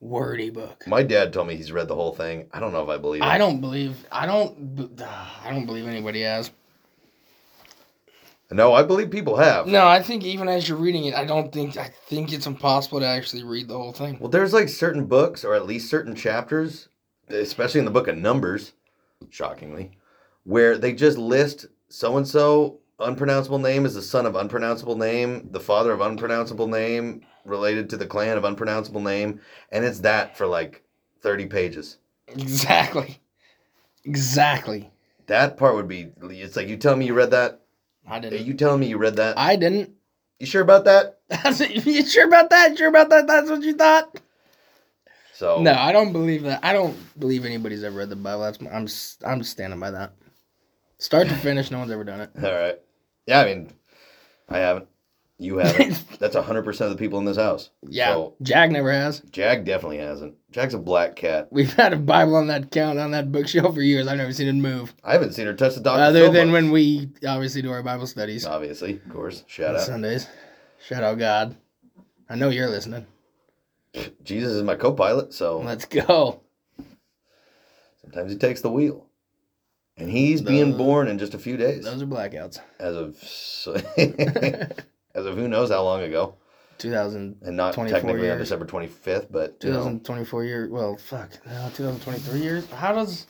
[SPEAKER 2] wordy book.
[SPEAKER 1] My dad told me he's read the whole thing. I don't know if I believe it.
[SPEAKER 2] I don't believe. I don't. b- I don't believe anybody has.
[SPEAKER 1] No, I believe people have.
[SPEAKER 2] No, I think even as you're reading it, I don't think I think it's impossible to actually read the whole thing.
[SPEAKER 1] Well, there's like certain books or at least certain chapters, especially in the book of Numbers, shockingly, where they just list so and so unpronounceable name is the son of unpronounceable name, the father of unpronounceable name, related to the clan of unpronounceable name, and it's that for like 30 pages.
[SPEAKER 2] Exactly. Exactly.
[SPEAKER 1] That part would be it's like you tell me you read that?
[SPEAKER 2] I
[SPEAKER 1] Are
[SPEAKER 2] didn't.
[SPEAKER 1] you telling me you read that?
[SPEAKER 2] I didn't.
[SPEAKER 1] You sure about that?
[SPEAKER 2] That's it. you sure about that? Sure about that? That's what you thought?
[SPEAKER 1] So
[SPEAKER 2] No, I don't believe that. I don't believe anybody's ever read the Bible. That's my, I'm s- I'm standing by that. Start to finish, no one's ever done it.
[SPEAKER 1] All right. Yeah, I mean, I haven't. You haven't. That's 100% of the people in this house.
[SPEAKER 2] Yeah,
[SPEAKER 1] So,
[SPEAKER 2] Jack never has.
[SPEAKER 1] Jag definitely hasn't. Jag's a black cat.
[SPEAKER 2] We've had a Bible on that count on that bookshelf for years. I've never seen it move,
[SPEAKER 1] I haven't seen her touch the dog.
[SPEAKER 2] other than when we obviously do our Bible studies.
[SPEAKER 1] Obviously, of course. Shout
[SPEAKER 2] on
[SPEAKER 1] out.
[SPEAKER 2] Sundays. Shout out God. I know you're listening.
[SPEAKER 1] Jesus is my co pilot, so
[SPEAKER 2] Let's go.
[SPEAKER 1] sometimes he takes the wheel. And he's being
[SPEAKER 2] Those-
[SPEAKER 1] born in just a few days.
[SPEAKER 2] Those are blackouts.
[SPEAKER 1] As of. as of who knows how long ago.
[SPEAKER 2] 2000,
[SPEAKER 1] And not
[SPEAKER 2] 24
[SPEAKER 1] technically on
[SPEAKER 2] years.
[SPEAKER 1] December 25th, but. You know,
[SPEAKER 2] 2024 year. Well, fuck. No, 2023 years. How does?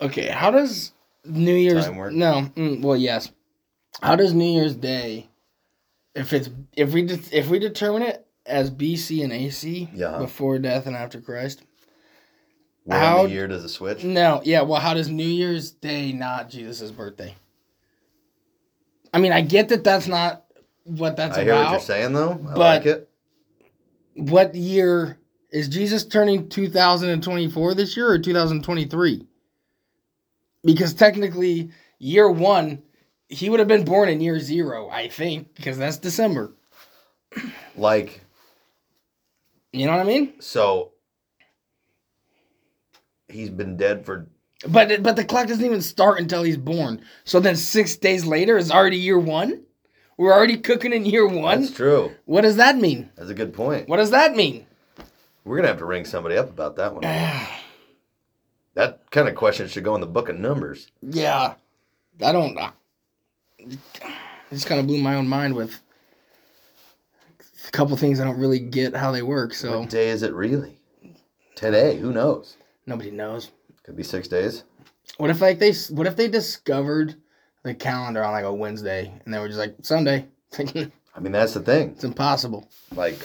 [SPEAKER 2] Okay, how does New Year's?
[SPEAKER 1] Time work?
[SPEAKER 2] No. Mm, well, yes. How does New Year's Day? If it's if we de- if we determine it as BC and AC
[SPEAKER 1] Yeah.
[SPEAKER 2] before death and after Christ,
[SPEAKER 1] Where
[SPEAKER 2] How-
[SPEAKER 1] in the year does it switch?
[SPEAKER 2] No, yeah. Well, how does New Year's Day not Jesus' birthday? I mean, I get that that's not what that's
[SPEAKER 1] I hear what
[SPEAKER 2] about.
[SPEAKER 1] you're saying though. I
[SPEAKER 2] but-
[SPEAKER 1] like it.
[SPEAKER 2] What year is Jesus turning 2024 this year or 2023? Because technically, year one, he would have been born in year zero, I think, because that's December.
[SPEAKER 1] Like
[SPEAKER 2] You know what I mean?
[SPEAKER 1] so, he's been dead for
[SPEAKER 2] But but the clock doesn't even start until he's born. So then six days later is already year one. We're already cooking in year one.
[SPEAKER 1] That's true.
[SPEAKER 2] What does that mean?
[SPEAKER 1] That's a good point.
[SPEAKER 2] What does that mean?
[SPEAKER 1] We're gonna have to ring somebody up about that one. that kind of question should go in the book of numbers.
[SPEAKER 2] Yeah, I don't. I just kind of blew my own mind with a couple things I don't really get how they work. So
[SPEAKER 1] What day is it really? Today? Who knows?
[SPEAKER 2] nobody knows.
[SPEAKER 1] Could be six days.
[SPEAKER 2] What if like they? What if they discovered the calendar on like a Wednesday and they were just like Sunday? it's
[SPEAKER 1] I mean, that's the thing.
[SPEAKER 2] impossible.
[SPEAKER 1] Like,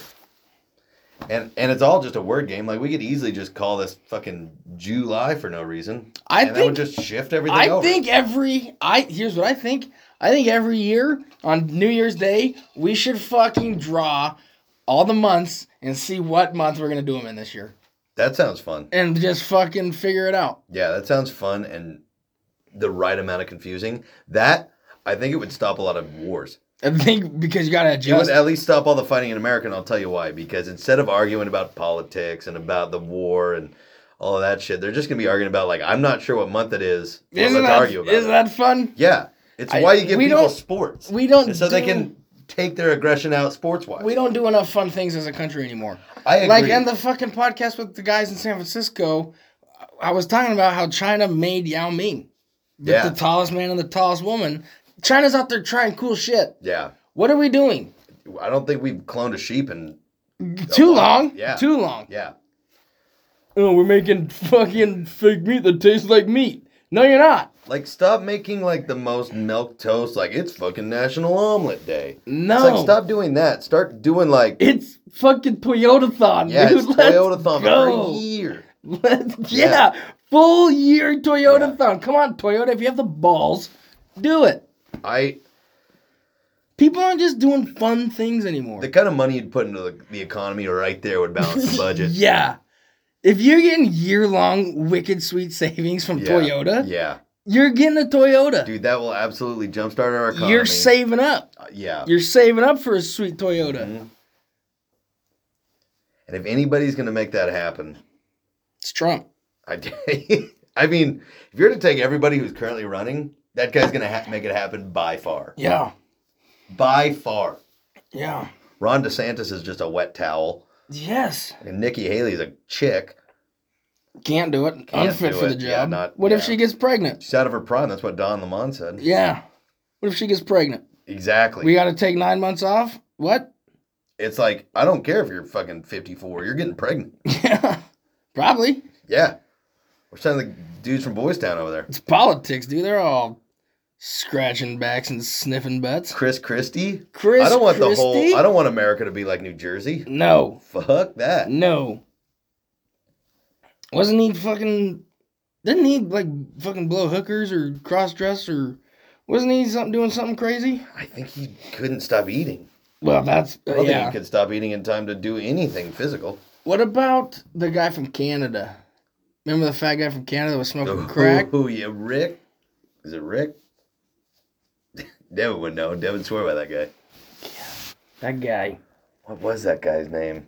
[SPEAKER 1] and and it's all just a word game. Like we could easily just call this fucking July for no reason.
[SPEAKER 2] I
[SPEAKER 1] and that would
[SPEAKER 2] think.
[SPEAKER 1] just shift everything.
[SPEAKER 2] I
[SPEAKER 1] over.
[SPEAKER 2] think every. I here's what I think. I think every year on New Year's Day we should fucking draw all the months and see what month we're gonna do them in this year.
[SPEAKER 1] that sounds fun.
[SPEAKER 2] and just fucking figure it out.
[SPEAKER 1] Yeah, that sounds fun and the right amount of confusing. That I think it would stop a lot of wars.
[SPEAKER 2] I think because you gotta
[SPEAKER 1] It would
[SPEAKER 2] adjust.
[SPEAKER 1] at least stop all the fighting in America, and I'll tell you why. Because instead of arguing about politics and about the war and all of that shit, they're just gonna be arguing about like I'm not sure what month it is. Well,
[SPEAKER 2] Isn't,
[SPEAKER 1] let's
[SPEAKER 2] that,
[SPEAKER 1] argue about
[SPEAKER 2] isn't
[SPEAKER 1] it.
[SPEAKER 2] that fun?
[SPEAKER 1] Yeah, it's
[SPEAKER 2] I-
[SPEAKER 1] why you give
[SPEAKER 2] we
[SPEAKER 1] people
[SPEAKER 2] don't-
[SPEAKER 1] sports.
[SPEAKER 2] We don't.
[SPEAKER 1] so they
[SPEAKER 2] do-
[SPEAKER 1] can take their aggression out sports wise.
[SPEAKER 2] We don't do enough fun things as a country anymore.
[SPEAKER 1] I agree.
[SPEAKER 2] Like in the fucking podcast with the guys in San Francisco, I was talking about how China made Yao Ming, with
[SPEAKER 1] yeah,
[SPEAKER 2] the tallest man and the tallest woman. China's out there trying cool shit.
[SPEAKER 1] yeah.
[SPEAKER 2] What are we doing?
[SPEAKER 1] I don't think we've cloned a sheep, and
[SPEAKER 2] Too
[SPEAKER 1] lot.
[SPEAKER 2] long.
[SPEAKER 1] Yeah.
[SPEAKER 2] Too long.
[SPEAKER 1] yeah,
[SPEAKER 2] Oh, we're making fucking fake meat that tastes like meat. No, you're not.
[SPEAKER 1] like stop making like the most milk toast. Like it's fucking National Omelet Day.
[SPEAKER 2] No.
[SPEAKER 1] It's like stop doing that. Start doing like
[SPEAKER 2] It's fucking Toyota Thon.
[SPEAKER 1] yeah,
[SPEAKER 2] dude.
[SPEAKER 1] it's
[SPEAKER 2] Let's
[SPEAKER 1] Toyota Thumb
[SPEAKER 2] go.
[SPEAKER 1] every year.
[SPEAKER 2] Let's- yeah. full year Toyota Thon. Come on, Toyota, if you have the balls, do it.
[SPEAKER 1] I
[SPEAKER 2] People aren't just doing fun things anymore.
[SPEAKER 1] the kind of money you'd put into the, the economy right there would balance the budget.
[SPEAKER 2] yeah. If you're getting year long wicked sweet savings from
[SPEAKER 1] Yeah.
[SPEAKER 2] Toyota,
[SPEAKER 1] Yeah,
[SPEAKER 2] you're getting a Toyota.
[SPEAKER 1] dude, that will absolutely jumpstart our economy.
[SPEAKER 2] You're saving up.
[SPEAKER 1] Uh, Yeah,
[SPEAKER 2] You're saving up for a sweet Toyota.
[SPEAKER 1] Mhm. and if anybody's gonna make that happen,
[SPEAKER 2] It's Trump.
[SPEAKER 1] I, I mean, if you're to take everybody who's currently running, that guy's going to ha- make it happen by far.
[SPEAKER 2] Yeah.
[SPEAKER 1] By far.
[SPEAKER 2] Yeah.
[SPEAKER 1] Ron DeSantis is just a wet towel.
[SPEAKER 2] Yes.
[SPEAKER 1] And Nikki Haley's a chick.
[SPEAKER 2] Can't do it.
[SPEAKER 1] Can't
[SPEAKER 2] Unfit
[SPEAKER 1] do
[SPEAKER 2] for
[SPEAKER 1] it.
[SPEAKER 2] the job.
[SPEAKER 1] Yeah, not-
[SPEAKER 2] what if
[SPEAKER 1] yeah.
[SPEAKER 2] she gets pregnant?
[SPEAKER 1] She's out of her prime. That's what Don Lemon said.
[SPEAKER 2] Yeah. What if she gets pregnant?
[SPEAKER 1] Exactly.
[SPEAKER 2] We got to take nine months off? What?
[SPEAKER 1] it's like, I don't care if you're fucking 54, you're getting pregnant.
[SPEAKER 2] Yeah, probably.
[SPEAKER 1] Yeah. We're sending the dudes from Boys Town over there.
[SPEAKER 2] It's politics, dude. They're all scratching backs and sniffing butts.
[SPEAKER 1] Chris Christie.
[SPEAKER 2] Chris
[SPEAKER 1] I don't want the
[SPEAKER 2] Christie?
[SPEAKER 1] whole, I don't want America to be like New Jersey.
[SPEAKER 2] No,
[SPEAKER 1] Fuck that.
[SPEAKER 2] no. Wasn't he fucking? Didn't he like fucking blow hookers or cross dress or? Wasn't he something doing something crazy?
[SPEAKER 1] I think he couldn't stop eating.
[SPEAKER 2] Well, that's
[SPEAKER 1] I
[SPEAKER 2] uh,
[SPEAKER 1] don't think
[SPEAKER 2] yeah.
[SPEAKER 1] he could stop eating in time to do anything physical.
[SPEAKER 2] What about the guy from Canada? Remember the fat guy from Canada that was smoking
[SPEAKER 1] Ooh,
[SPEAKER 2] crack?
[SPEAKER 1] Ooh, Oh, yeah, Rick. Is it Rick? Devin would know. Devin swore by that guy.
[SPEAKER 2] That guy.
[SPEAKER 1] What was that guy's name?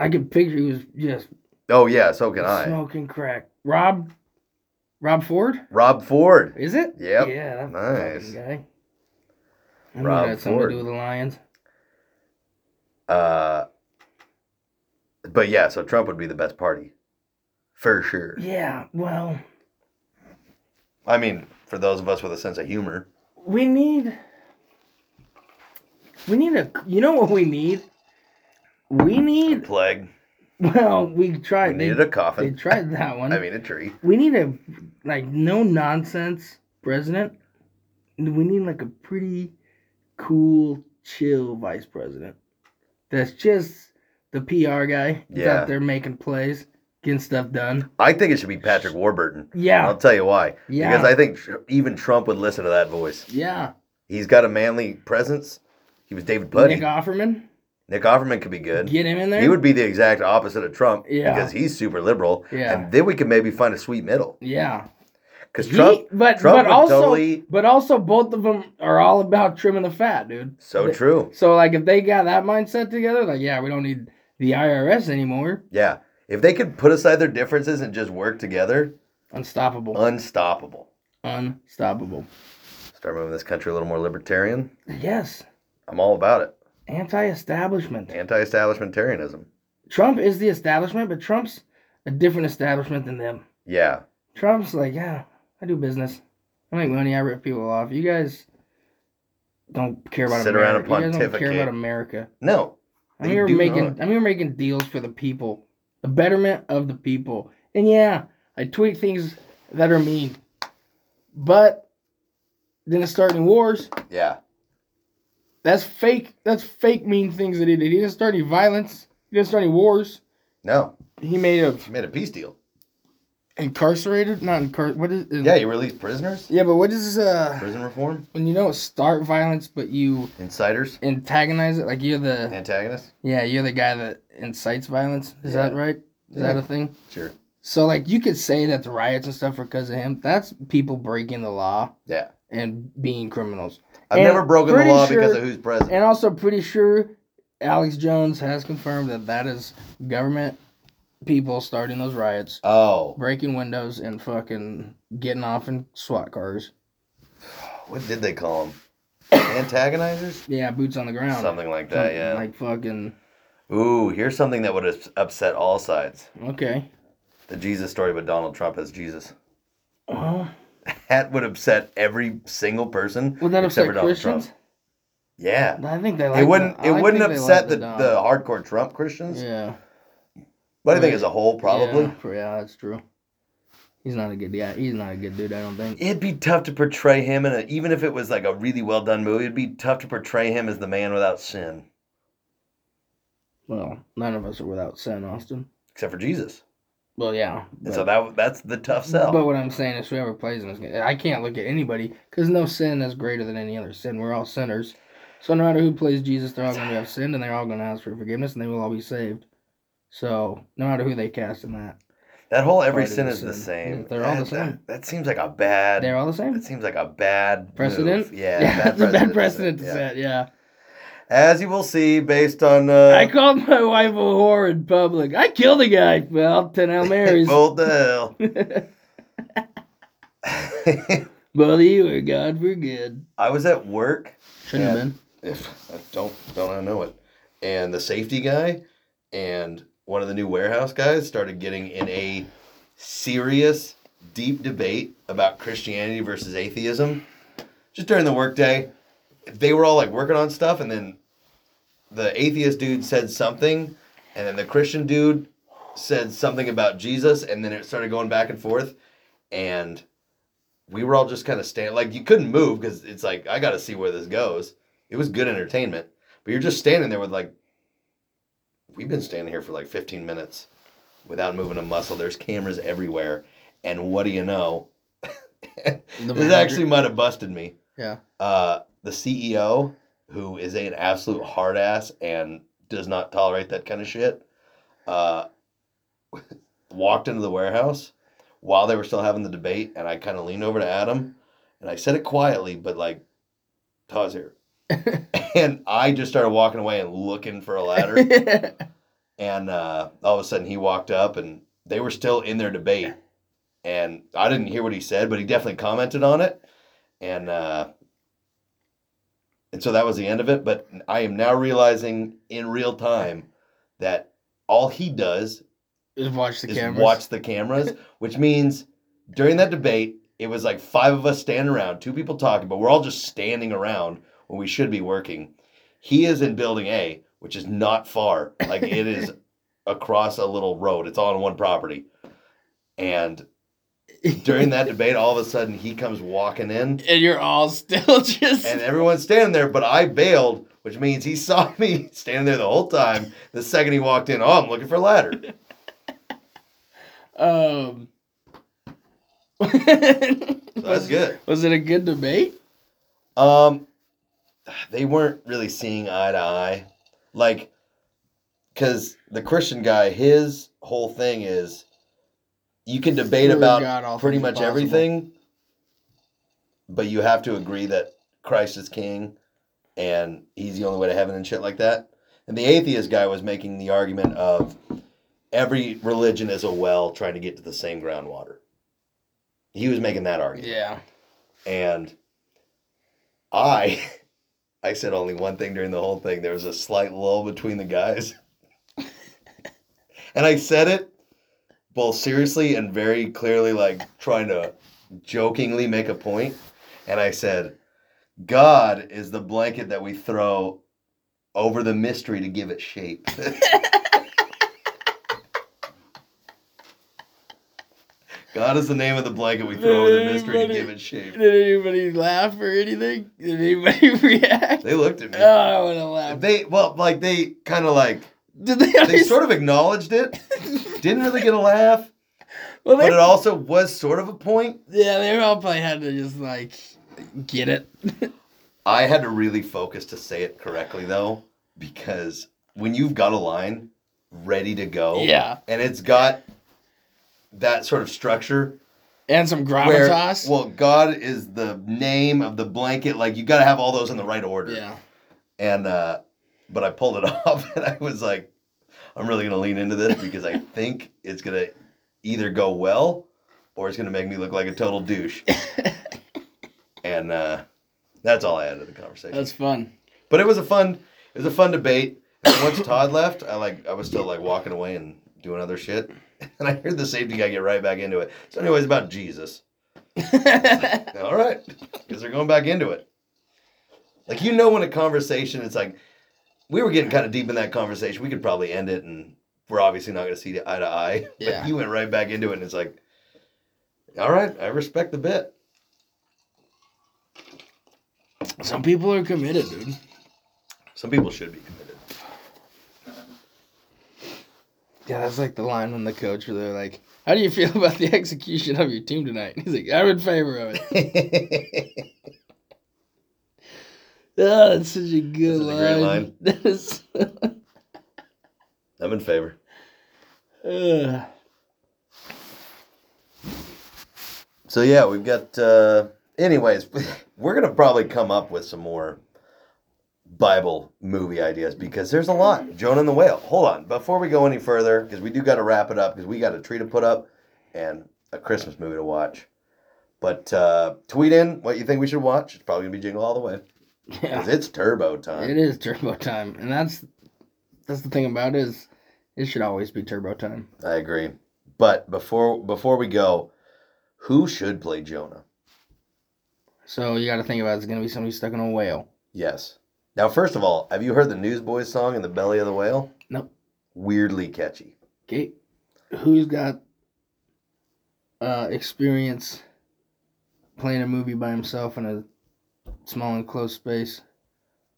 [SPEAKER 2] I can picture he was just
[SPEAKER 1] Oh yeah, so can I.
[SPEAKER 2] smoking crack. Rob, Rob Ford.
[SPEAKER 1] Rob Ford.
[SPEAKER 2] Is it?
[SPEAKER 1] Yep.
[SPEAKER 2] Yeah. That
[SPEAKER 1] Nice.
[SPEAKER 2] fucking guy. I knew
[SPEAKER 1] Rob
[SPEAKER 2] it had something
[SPEAKER 1] Ford.
[SPEAKER 2] to do with the Lions.
[SPEAKER 1] Uh, but yeah, so Trump would be the best party, for sure.
[SPEAKER 2] Yeah. Well,
[SPEAKER 1] I mean, for those of us with a sense of humor,
[SPEAKER 2] we need. We need a. You know what we need? We need.
[SPEAKER 1] plague.
[SPEAKER 2] Well, we
[SPEAKER 1] We
[SPEAKER 2] tried. they,
[SPEAKER 1] needed a
[SPEAKER 2] they
[SPEAKER 1] coffin.
[SPEAKER 2] tried that one.
[SPEAKER 1] I mean, a tree.
[SPEAKER 2] we need a like no nonsense president. and We need like a pretty cool, chill vice president. That's just the PR guy. He's
[SPEAKER 1] Yeah.
[SPEAKER 2] out there making plays, getting stuff done.
[SPEAKER 1] I think it should be Patrick Warburton.
[SPEAKER 2] Yeah.
[SPEAKER 1] I'll tell you why.
[SPEAKER 2] Yeah.
[SPEAKER 1] Because I think tr- even Trump would listen to that voice.
[SPEAKER 2] Yeah.
[SPEAKER 1] He's got a manly presence. He was David Putty.
[SPEAKER 2] Nick
[SPEAKER 1] Nick,
[SPEAKER 2] Offerman,
[SPEAKER 1] Offerman could be good.
[SPEAKER 2] get him in there.
[SPEAKER 1] He would be the exact opposite of Trump
[SPEAKER 2] Yeah.
[SPEAKER 1] because he's super liberal.
[SPEAKER 2] Yeah.
[SPEAKER 1] And then we could maybe find a sweet middle.
[SPEAKER 2] yeah.
[SPEAKER 1] Because
[SPEAKER 2] He-
[SPEAKER 1] Trump,
[SPEAKER 2] but
[SPEAKER 1] Trump
[SPEAKER 2] but
[SPEAKER 1] would
[SPEAKER 2] also
[SPEAKER 1] totally-
[SPEAKER 2] but also both of them are all about trimming the fat, dude.
[SPEAKER 1] so
[SPEAKER 2] They-
[SPEAKER 1] true.
[SPEAKER 2] So like if they got that mindset together, like yeah, we don't need the IRS anymore.
[SPEAKER 1] Yeah. If they could put aside their differences and just work together,
[SPEAKER 2] Unstoppable.
[SPEAKER 1] Uh, unstoppable.
[SPEAKER 2] Unstoppable.
[SPEAKER 1] Start moving this country a little more libertarian.
[SPEAKER 2] Yes.
[SPEAKER 1] I'm all about it.
[SPEAKER 2] Anti-establishment.
[SPEAKER 1] Anti-establishmentarianism.
[SPEAKER 2] Trump is the establishment, but Trump's a different establishment than them.
[SPEAKER 1] Yeah.
[SPEAKER 2] Trump's like, yeah, I do business. I make money. I rip people off. You guys don't care about
[SPEAKER 1] Sit around
[SPEAKER 2] America.
[SPEAKER 1] and
[SPEAKER 2] you guys don't care
[SPEAKER 1] pontificate.
[SPEAKER 2] about America.
[SPEAKER 1] No.
[SPEAKER 2] I'm
[SPEAKER 1] They
[SPEAKER 2] here
[SPEAKER 1] do
[SPEAKER 2] making
[SPEAKER 1] not.
[SPEAKER 2] I'm here making deals for the people, the betterment of the people. And yeah, I tweet things that are mean, but then it's starting wars.
[SPEAKER 1] Yeah.
[SPEAKER 2] That's fake. That's fake mean things that he did. He didn't start any violence. He didn't start any wars.
[SPEAKER 1] No.
[SPEAKER 2] He made a
[SPEAKER 1] You made a peace deal.
[SPEAKER 2] incarcerated, not incar. What is?
[SPEAKER 1] Yeah, you released prisoners.
[SPEAKER 2] Yeah, but what is uh
[SPEAKER 1] Prison reform.
[SPEAKER 2] when you don't start violence, but you
[SPEAKER 1] Insiders.
[SPEAKER 2] antagonize it? Like you're the
[SPEAKER 1] Antagonists.
[SPEAKER 2] yeah, you're the guy that incites violence. Is that
[SPEAKER 1] Yeah.
[SPEAKER 2] right? Is
[SPEAKER 1] Yeah.
[SPEAKER 2] that a thing?
[SPEAKER 1] Sure.
[SPEAKER 2] So like you could say that the riots and stuff were because of him. That's people breaking the law
[SPEAKER 1] Yeah.
[SPEAKER 2] and being criminals.
[SPEAKER 1] I've
[SPEAKER 2] And
[SPEAKER 1] never broken the
[SPEAKER 2] pretty
[SPEAKER 1] law because
[SPEAKER 2] sure-
[SPEAKER 1] of who's president.
[SPEAKER 2] And also pretty sure Alex Jones has confirmed that that is government people starting those riots,
[SPEAKER 1] Oh.
[SPEAKER 2] breaking windows and fucking getting off in SWAT cars.
[SPEAKER 1] What did they call them? Antagonizers?
[SPEAKER 2] Yeah, boots on the ground.
[SPEAKER 1] Something like that, yeah.
[SPEAKER 2] Like fucking
[SPEAKER 1] Ooh, here's something that would have upset all sides.
[SPEAKER 2] okay.
[SPEAKER 1] The Jesus story with Donald Trump as Jesus.
[SPEAKER 2] Oh,
[SPEAKER 1] That would upset every single person
[SPEAKER 2] would that
[SPEAKER 1] except
[SPEAKER 2] upset
[SPEAKER 1] for Donald
[SPEAKER 2] Christians?
[SPEAKER 1] Trump. Yeah.
[SPEAKER 2] I think they like
[SPEAKER 1] it wouldn't
[SPEAKER 2] the- I
[SPEAKER 1] it
[SPEAKER 2] like-
[SPEAKER 1] wouldn't
[SPEAKER 2] think they
[SPEAKER 1] upset
[SPEAKER 2] like
[SPEAKER 1] the,
[SPEAKER 2] Don.
[SPEAKER 1] the hardcore Trump Christians,
[SPEAKER 2] yeah
[SPEAKER 1] but I think
[SPEAKER 2] Right.
[SPEAKER 1] as a whole probably.
[SPEAKER 2] yeah, pr- yeah, that's true. He's not a good guy. He's not a good dude. I don't think.
[SPEAKER 1] It'd be tough to portray him in a even if it was like a really well done movie, it'd be tough to portray him as the man without sin.
[SPEAKER 2] Well, none of us are without sin, Austin.
[SPEAKER 1] Except for Jesus.
[SPEAKER 2] Well, yeah.
[SPEAKER 1] And so that that's the tough sell.
[SPEAKER 2] But what I'm saying is, whoever plays him is gonna, I can't look at anybody because no sin is greater than any other sin. We're all sinners. So no matter who plays Jesus, they're all going to have sinned and they're all going to ask for forgiveness and they will all be saved. So no matter who they cast in that,
[SPEAKER 1] that whole every
[SPEAKER 2] Part of
[SPEAKER 1] sin
[SPEAKER 2] the
[SPEAKER 1] is the
[SPEAKER 2] sin.
[SPEAKER 1] same.
[SPEAKER 2] Yeah, they're all the
[SPEAKER 1] That- that-
[SPEAKER 2] same.
[SPEAKER 1] That, seems like a bad
[SPEAKER 2] they're all the
[SPEAKER 1] that
[SPEAKER 2] same.
[SPEAKER 1] seems like a bad
[SPEAKER 2] Precedent?
[SPEAKER 1] move. Yeah,
[SPEAKER 2] Yeah, that's a
[SPEAKER 1] precedent
[SPEAKER 2] bad precedent
[SPEAKER 1] to
[SPEAKER 2] to
[SPEAKER 1] set, yeah.
[SPEAKER 2] set. Yeah.
[SPEAKER 1] As you will see, based on uh,
[SPEAKER 2] I called my wife a whore in public. I killed a guy. Well, ten Hail Marys.
[SPEAKER 1] Bold the hell.
[SPEAKER 2] Both of you are God for good.
[SPEAKER 1] I was at work.
[SPEAKER 2] Shouldn't have
[SPEAKER 1] Yeah.
[SPEAKER 2] been.
[SPEAKER 1] If I don't don't I know it. And the safety guy and one of the new warehouse guys started getting in a serious, deep debate about Christianity versus atheism. Just during the workday, they were all like working on stuff, and then the atheist dude said something, and then the Christian dude said something about Jesus, and then it started going back and forth, and we were all just kind of standing like you couldn't move because it's like I got to see where this goes. It was good entertainment, but you're just standing there with like we've been standing here for like 15 minutes without moving a muscle. There's cameras everywhere, and what do you know?
[SPEAKER 2] The
[SPEAKER 1] this
[SPEAKER 2] manager-
[SPEAKER 1] actually might have busted me.
[SPEAKER 2] Yeah.
[SPEAKER 1] Uh, the CEO, who is an absolute hard ass and does not tolerate that kind of shit, uh, walked into the warehouse while they were still having the debate, and I kind of leaned over to Adam, and I said it quietly, but like, Todd's here. and I just started walking away and looking for a ladder. and uh, all of a sudden he walked up and they were still in their debate and i didn't hear what he said but he definitely commented on it and uh, and so that was the end of it but i am now realizing in real time that all he does
[SPEAKER 2] Just watch the
[SPEAKER 1] is
[SPEAKER 2] cameras.
[SPEAKER 1] watch the cameras which means during that debate it was like five of us standing around two people talking but we're all just standing around when we should be working he is in building a which is not far like it is across a little road. It's all on one property. And during that debate, all of a sudden he comes walking in
[SPEAKER 2] and you're all still just
[SPEAKER 1] and everyone's standing there, but I bailed which means he saw me standing there the whole time. The second he walked in, oh, I'm looking for a ladder.
[SPEAKER 2] Um,
[SPEAKER 1] that's
[SPEAKER 2] that's
[SPEAKER 1] good.
[SPEAKER 2] Was it a good debate?
[SPEAKER 1] Um, they weren't really seeing eye to eye, like, because the Christian guy, his whole thing is, you can debate
[SPEAKER 2] Through
[SPEAKER 1] about
[SPEAKER 2] God, all
[SPEAKER 1] pretty
[SPEAKER 2] things
[SPEAKER 1] much
[SPEAKER 2] possible.
[SPEAKER 1] everything, but you have to agree that Christ is King, and He's the only way to heaven and shit like that. And the atheist guy was making the argument of every religion is a well trying to get to the same groundwater. He was making that argument
[SPEAKER 2] Yeah.
[SPEAKER 1] and I, I said only one thing during the whole thing. There was a slight lull between the guys, and I said it both seriously and very clearly, like trying to jokingly make a point. And I said, "God is the blanket that we throw over the mystery to give it shape." God is the name of the blanket we throw over the mystery to give it shape.
[SPEAKER 2] Did anybody laugh or anything? Did anybody react?
[SPEAKER 1] They looked at me.
[SPEAKER 2] Oh, I would have laughed.
[SPEAKER 1] They well, like they kind of like
[SPEAKER 2] Did they?
[SPEAKER 1] they sort of acknowledged it. Didn't really get a laugh,
[SPEAKER 2] well,
[SPEAKER 1] but
[SPEAKER 2] they,
[SPEAKER 1] it also was sort of a point.
[SPEAKER 2] yeah, they all probably had to just like get it.
[SPEAKER 1] I had to really focus to say it correctly though, because when you've got a line ready to go,
[SPEAKER 2] Yeah,
[SPEAKER 1] and it's got that sort of structure
[SPEAKER 2] and some
[SPEAKER 1] where
[SPEAKER 2] gravitas.
[SPEAKER 1] well, God is the name of the blanket. Like you got to have all those in the right order.
[SPEAKER 2] yeah.
[SPEAKER 1] and uh but I pulled it off and I was like, I'm really gonna lean into this because I think it's gonna either go well or it's gonna make me look like a total douche. and uh that's all I had to the conversation.
[SPEAKER 2] That's fun.
[SPEAKER 1] but it was a fun it was a fun debate. And then once Todd left, I like I was still like walking away and doing other shit. And I heard the safety guy get right back into it. So anyways about Jesus. All right, because they're going back into it. Like you know, when a conversation, it's like we were getting kind of deep in that conversation. We could probably end it, and we're obviously not going to see eye to eye. But
[SPEAKER 2] Yeah.
[SPEAKER 1] you went right back into it, and it's like, all right, I respect the bit.
[SPEAKER 2] some people are committed, dude.
[SPEAKER 1] Some people should be committed.
[SPEAKER 2] Yeah, that's like the line when the coach where they're like, "How do you feel about the execution of your team tonight?" He's like, "I'm in favor of it." Oh, that's such a good
[SPEAKER 1] That's such a great
[SPEAKER 2] line.
[SPEAKER 1] line.
[SPEAKER 2] That is.
[SPEAKER 1] I'm in favor.
[SPEAKER 2] Ugh.
[SPEAKER 1] So yeah, we've got. Uh, anyways, we're gonna probably come up with some more Bible movie ideas because there's a lot. Jonah and the Whale. Hold on, before we go any further, because we do got to wrap it up because we got a tree to put up and a Christmas movie to watch. But uh, tweet in what you think we should watch. It's probably gonna be Jingle All the Way
[SPEAKER 2] Yeah.
[SPEAKER 1] because it's Turbo time.
[SPEAKER 2] It is turbo time, and that's that's the thing about it is it should always be turbo time.
[SPEAKER 1] I agree. But before before we go, who should play Jonah?
[SPEAKER 2] So you got to think about it's gonna be somebody stuck in a whale.
[SPEAKER 1] Yes. Now, first of all, have you heard the Newsboys song in the belly of the whale?
[SPEAKER 2] Nope.
[SPEAKER 1] Weirdly catchy.
[SPEAKER 2] Okay, who's got uh experience playing a movie by himself in a small enclosed space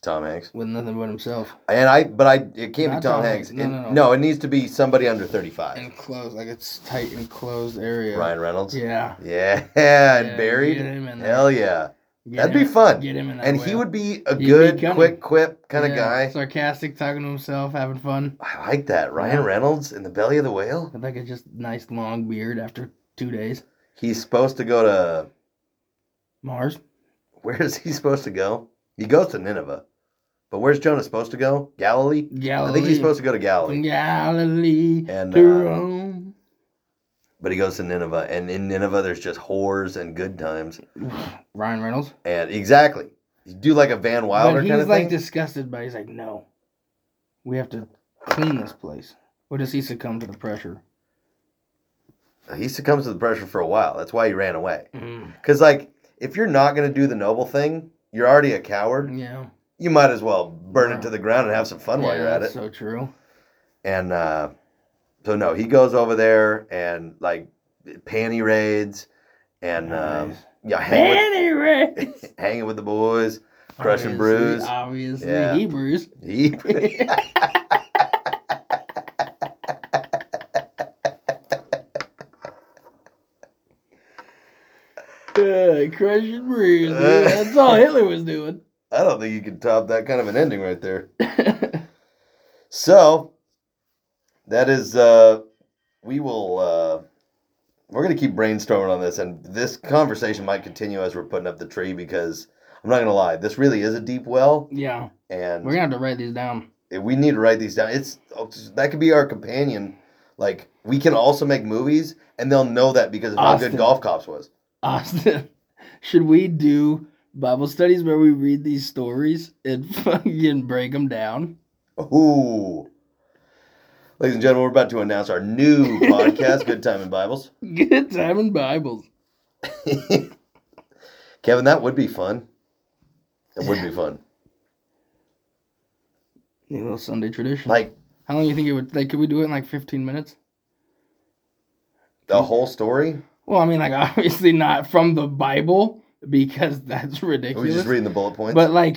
[SPEAKER 1] Tom Hanks.
[SPEAKER 2] with nothing but himself?
[SPEAKER 1] And I, but I, it can't be Tom,
[SPEAKER 2] Not Tom
[SPEAKER 1] Hanks.
[SPEAKER 2] Hanks. No,
[SPEAKER 1] It-
[SPEAKER 2] no, no.
[SPEAKER 1] it needs to be somebody under thirty-five.
[SPEAKER 2] Enclosed, like it's tight enclosed area.
[SPEAKER 1] Ryan Reynolds.
[SPEAKER 2] Yeah.
[SPEAKER 1] Yeah, and
[SPEAKER 2] Yeah,
[SPEAKER 1] buried.
[SPEAKER 2] get him in there.
[SPEAKER 1] Hell yeah,
[SPEAKER 2] Get
[SPEAKER 1] that'd
[SPEAKER 2] him-
[SPEAKER 1] be fun.
[SPEAKER 2] Get him in that
[SPEAKER 1] and he
[SPEAKER 2] whale.
[SPEAKER 1] would be a
[SPEAKER 2] be
[SPEAKER 1] good,
[SPEAKER 2] coming.
[SPEAKER 1] quick quip kind of
[SPEAKER 2] Yeah,
[SPEAKER 1] guy.
[SPEAKER 2] sarcastic, talking to himself, having fun.
[SPEAKER 1] I like that. Ryan
[SPEAKER 2] Yeah.
[SPEAKER 1] Reynolds in the belly of the whale.
[SPEAKER 2] With like a just nice long beard after two days.
[SPEAKER 1] He's supposed to go to.
[SPEAKER 2] Mars.
[SPEAKER 1] Where is he supposed to go? He goes to Nineveh, but where's Jonah supposed to go? Galilee.
[SPEAKER 2] Galilee.
[SPEAKER 1] I think he's supposed to go to
[SPEAKER 2] from
[SPEAKER 1] Galilee,
[SPEAKER 2] Galilee
[SPEAKER 1] And,
[SPEAKER 2] to
[SPEAKER 1] uh,
[SPEAKER 2] Rome.
[SPEAKER 1] but he goes to Nineveh, and in Nineveh there's just whores and good times.
[SPEAKER 2] Ryan Reynolds.
[SPEAKER 1] And exactly. You do like a Van Wilder
[SPEAKER 2] but he's
[SPEAKER 1] kind of
[SPEAKER 2] like
[SPEAKER 1] thing.
[SPEAKER 2] disgusted, but he's like, no, we have to clean this place. Or does he succumb to the pressure?
[SPEAKER 1] He succumbs to the pressure for a while. That's why he ran away. Because, like, if you're not going to do the noble thing, you're already a coward.
[SPEAKER 2] Yeah.
[SPEAKER 1] You might as well burn it to the ground and have some fun while
[SPEAKER 2] Yeah,
[SPEAKER 1] you're at it.
[SPEAKER 2] that's So true.
[SPEAKER 1] and uh, so, no, he goes over there and, like, panty raids and, um,
[SPEAKER 2] Nice.
[SPEAKER 1] yeah, hanging with,
[SPEAKER 2] Anyway,
[SPEAKER 1] hanging with the boys. Crush and bruise.
[SPEAKER 2] Obviously,
[SPEAKER 1] Yeah.
[SPEAKER 2] Hebrews.
[SPEAKER 1] He-
[SPEAKER 2] Uh, crush and bruise. dude. That's all Hitler was doing.
[SPEAKER 1] I don't think you can top that kind of an ending right there. So that is uh we will uh we're gonna keep brainstorming on this and this conversation might continue as we're putting up the tree because I'm not gonna lie, this really is a deep well
[SPEAKER 2] yeah,
[SPEAKER 1] and
[SPEAKER 2] we're gonna have to write these down.
[SPEAKER 1] we need to write these down. It's that could be our companion. Like we can also make movies and they'll know that because of how
[SPEAKER 2] Austin.
[SPEAKER 1] good Golf Cops was.
[SPEAKER 2] Austin, should we do Bible studies where we read these stories and fucking break them down?
[SPEAKER 1] Ooh. Ladies and gentlemen, we're about to announce our new podcast, Good Time in Bibles.
[SPEAKER 2] Good time in Bibles.
[SPEAKER 1] Kevin, that would be fun. It would be fun.
[SPEAKER 2] A little Sunday tradition.
[SPEAKER 1] Like
[SPEAKER 2] How long do you think it would? Like, could we do it in like fifteen minutes?
[SPEAKER 1] the whole story.
[SPEAKER 2] Well, I mean, like obviously not from the Bible because that's
[SPEAKER 1] Are we
[SPEAKER 2] ridiculous.
[SPEAKER 1] just reading the bullet points?
[SPEAKER 2] but like,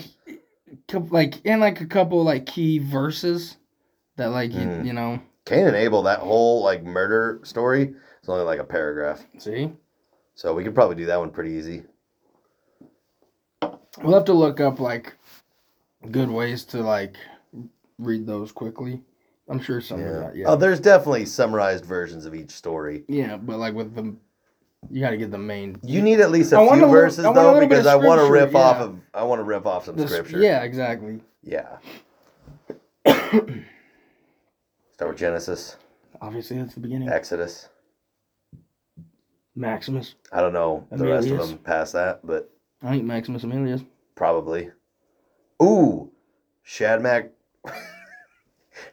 [SPEAKER 2] cou- like and like a couple like key verses that like you,
[SPEAKER 1] Mm.
[SPEAKER 2] you know.
[SPEAKER 1] Cain and Abel, that whole like murder story, it's only like a paragraph.
[SPEAKER 2] See,
[SPEAKER 1] So we could probably do that one pretty easy.
[SPEAKER 2] we'll have to look up like good ways to like read those quickly. I'm sure some are
[SPEAKER 1] Yeah.
[SPEAKER 2] not yet.
[SPEAKER 1] Oh, there's definitely summarized versions of each story.
[SPEAKER 2] yeah, but like with the, you got to get the main.
[SPEAKER 1] You need at least a
[SPEAKER 2] I want
[SPEAKER 1] few
[SPEAKER 2] a little-
[SPEAKER 1] verses
[SPEAKER 2] I want a
[SPEAKER 1] though,
[SPEAKER 2] little bit
[SPEAKER 1] because
[SPEAKER 2] of
[SPEAKER 1] I want to
[SPEAKER 2] scripture,
[SPEAKER 1] rip off
[SPEAKER 2] yeah.
[SPEAKER 1] of I want to rip off some
[SPEAKER 2] the s-
[SPEAKER 1] scripture.
[SPEAKER 2] Yeah, exactly.
[SPEAKER 1] Yeah. Start with Genesis,
[SPEAKER 2] Obviously, that's the beginning.
[SPEAKER 1] Exodus.
[SPEAKER 2] Maximus.
[SPEAKER 1] I don't know the rest of
[SPEAKER 2] Amelius.
[SPEAKER 1] them past that, but
[SPEAKER 2] I think Maximus Aemilius.
[SPEAKER 1] Probably. Ooh, Shadmac,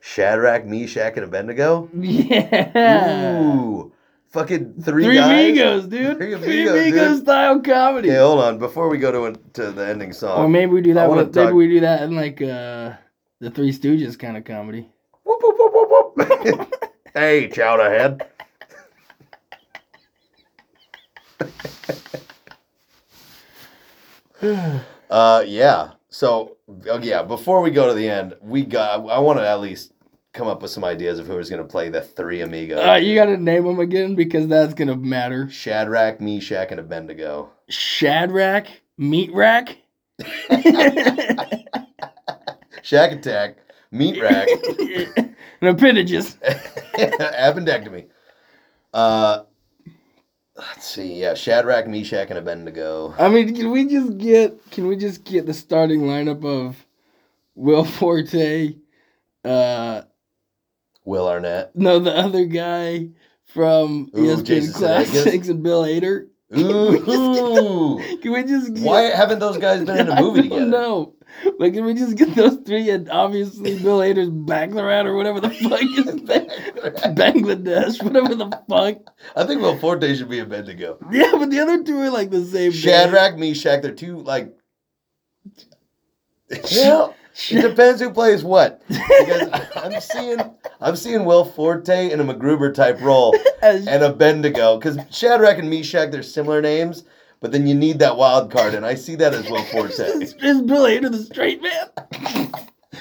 [SPEAKER 1] Shadrach, Meshach, and Abednego.
[SPEAKER 2] Yeah.
[SPEAKER 1] Ooh, fucking three,
[SPEAKER 2] Three
[SPEAKER 1] guys.
[SPEAKER 2] Migos, dude.
[SPEAKER 1] Three
[SPEAKER 2] Three,
[SPEAKER 1] Migos,
[SPEAKER 2] Migos,
[SPEAKER 1] dude.
[SPEAKER 2] style comedy.
[SPEAKER 1] Okay, hold on. Before we go to to the ending
[SPEAKER 2] or
[SPEAKER 1] song,
[SPEAKER 2] maybe we do
[SPEAKER 1] uh, I
[SPEAKER 2] that.
[SPEAKER 1] wanna
[SPEAKER 2] With, Maybe
[SPEAKER 1] talk-
[SPEAKER 2] we do that in like uh, the Three Stooges kind of comedy.
[SPEAKER 1] Whoop, whoop, whoop, whoop, whoop. hey, chowder head. Uh, yeah. So, oh, yeah. Before we go to the end, we got. I want to at least come up with some ideas of who is going to play the three amigos.
[SPEAKER 2] All right, Uh, you gotta name them again because that's gonna matter.
[SPEAKER 1] Shadrach, Meshach, and Abednego.
[SPEAKER 2] Shadrach, Meat Rack. and
[SPEAKER 1] Shack attack, meat rack,
[SPEAKER 2] appendages.
[SPEAKER 1] appendectomy. Uh, let's see. Yeah, Shadrach, Meshach, and Abednego.
[SPEAKER 2] I mean, can we just get can we just get the starting lineup of Will Forte, uh
[SPEAKER 1] Will Arnett.
[SPEAKER 2] No, the other guy from E
[SPEAKER 1] Ooh, Jason
[SPEAKER 2] ESPN Classics
[SPEAKER 1] Sudeikis?
[SPEAKER 2] and Bill Hader.
[SPEAKER 1] Ooh.
[SPEAKER 2] Can we just get,
[SPEAKER 1] Why haven't those guys been in a movie
[SPEAKER 2] I
[SPEAKER 1] together?
[SPEAKER 2] don't know. But can we just get those three and obviously Bill Hader's Baccarat or whatever the fuck is Bangladesh, whatever the fuck.
[SPEAKER 1] I think Will Forte should be Abednego.
[SPEAKER 2] Yeah, but the other two are like the same. day.
[SPEAKER 1] Shadrach, Meshach, they're two like. Yeah, it depends who plays what. Because I'm seeing, I'm seeing Will Forte in a MacGruber type role,
[SPEAKER 2] As-
[SPEAKER 1] and a Bendigo. Because Shadrach and Meshach, they're similar names, but then you need that wild card, and I see that as Will Forte.
[SPEAKER 2] is, is Bill Hader the straight man?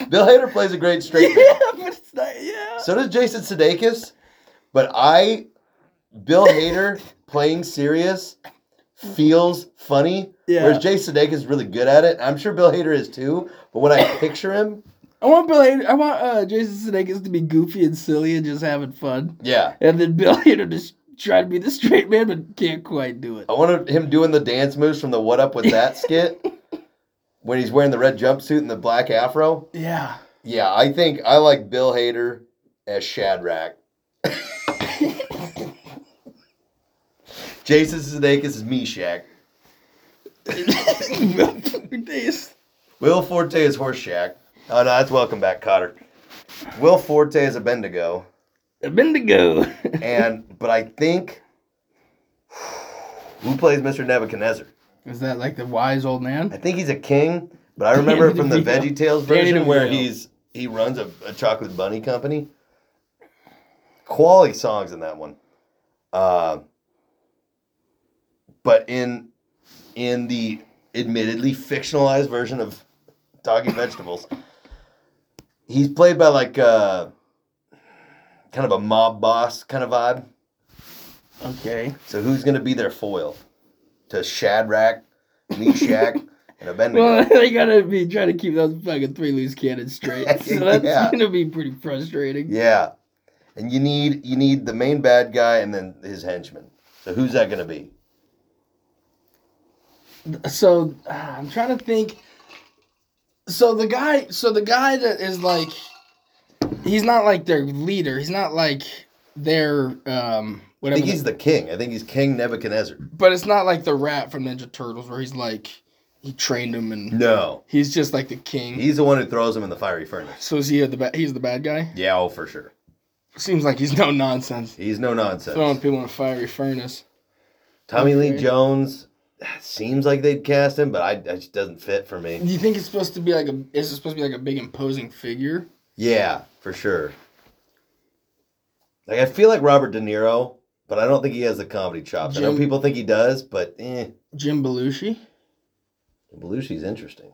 [SPEAKER 1] Bill Hader plays a great straight man.
[SPEAKER 2] yeah, but it's not. Yeah.
[SPEAKER 1] So does Jason Sudeikis, but I, Bill Hader playing serious, feels funny.
[SPEAKER 2] Yeah.
[SPEAKER 1] Whereas Jason Sudeikis is really good at it. I'm sure Bill Hader is too, but when I picture him,
[SPEAKER 2] I want Bill Hader. I want uh, Jason Sudeikis to be goofy and silly and just having fun.
[SPEAKER 1] yeah.
[SPEAKER 2] And then Bill Hader just tried to be the straight man, but can't quite do it.
[SPEAKER 1] I wanted him doing the dance moves from the What Up With That skit when he's wearing the red jumpsuit and the black afro.
[SPEAKER 2] Yeah.
[SPEAKER 1] Yeah, I think I like Bill Hader as Shadrach. Jason Sudeikis is Meshack.
[SPEAKER 2] Days.
[SPEAKER 1] Will Forte is Horseshack. Oh no, that's Welcome Back Cotter. Will Forte is Abendigo,
[SPEAKER 2] Bendigo.
[SPEAKER 1] and but I think who plays Mr. Nebuchadnezzar?
[SPEAKER 2] Is that like the wise old
[SPEAKER 1] I
[SPEAKER 2] man?
[SPEAKER 1] think he's a king, but I remember
[SPEAKER 2] Danny
[SPEAKER 1] from the
[SPEAKER 2] DeVito.
[SPEAKER 1] Veggie Tales
[SPEAKER 2] Danny
[SPEAKER 1] version where
[SPEAKER 2] DeVito.
[SPEAKER 1] he's he runs a, a chocolate bunny company. Quality songs in that one, uh, but in in the admittedly fictionalized version of Doggy Vegetables. He's played by like uh kind of a mob boss kind of vibe.
[SPEAKER 2] Okay.
[SPEAKER 1] So who's gonna be their foil? To Shadrach, Meshach, and Abednego.
[SPEAKER 2] Well, they gotta be trying to keep those fucking three loose cannons straight. So that's
[SPEAKER 1] Yeah.
[SPEAKER 2] gonna be pretty frustrating.
[SPEAKER 1] Yeah. And you need you need the main bad guy and then his henchmen. So who's that gonna be?
[SPEAKER 2] so uh, I'm trying to think. So the guy, so the guy that is like, he's not like their leader. He's not like their um
[SPEAKER 1] I
[SPEAKER 2] whatever.
[SPEAKER 1] think he's
[SPEAKER 2] the-
[SPEAKER 1] the king. I think he's King Nebuchadnezzar.
[SPEAKER 2] but it's not like the rat from Ninja Turtles where he's like he trained him and
[SPEAKER 1] No.
[SPEAKER 2] he's just like the king.
[SPEAKER 1] He's the one who throws him in the fiery furnace.
[SPEAKER 2] so is he the ba- he's the bad guy?
[SPEAKER 1] Yeah, oh for sure.
[SPEAKER 2] Seems like he's no nonsense.
[SPEAKER 1] He's no nonsense.
[SPEAKER 2] Throwing people in a fiery furnace.
[SPEAKER 1] Tommy Lee
[SPEAKER 2] Okay.
[SPEAKER 1] Jones seems like they'd cast him, but I it just doesn't fit for me.
[SPEAKER 2] Do you think it's supposed to be like a? Is it supposed to be like a big imposing figure?
[SPEAKER 1] Yeah, for sure. Like I feel like Robert De Niro, but I don't think he has the comedy chops. I know
[SPEAKER 2] Jim-
[SPEAKER 1] people think he does, but eh.
[SPEAKER 2] Jim Belushi.
[SPEAKER 1] Belushi's interesting.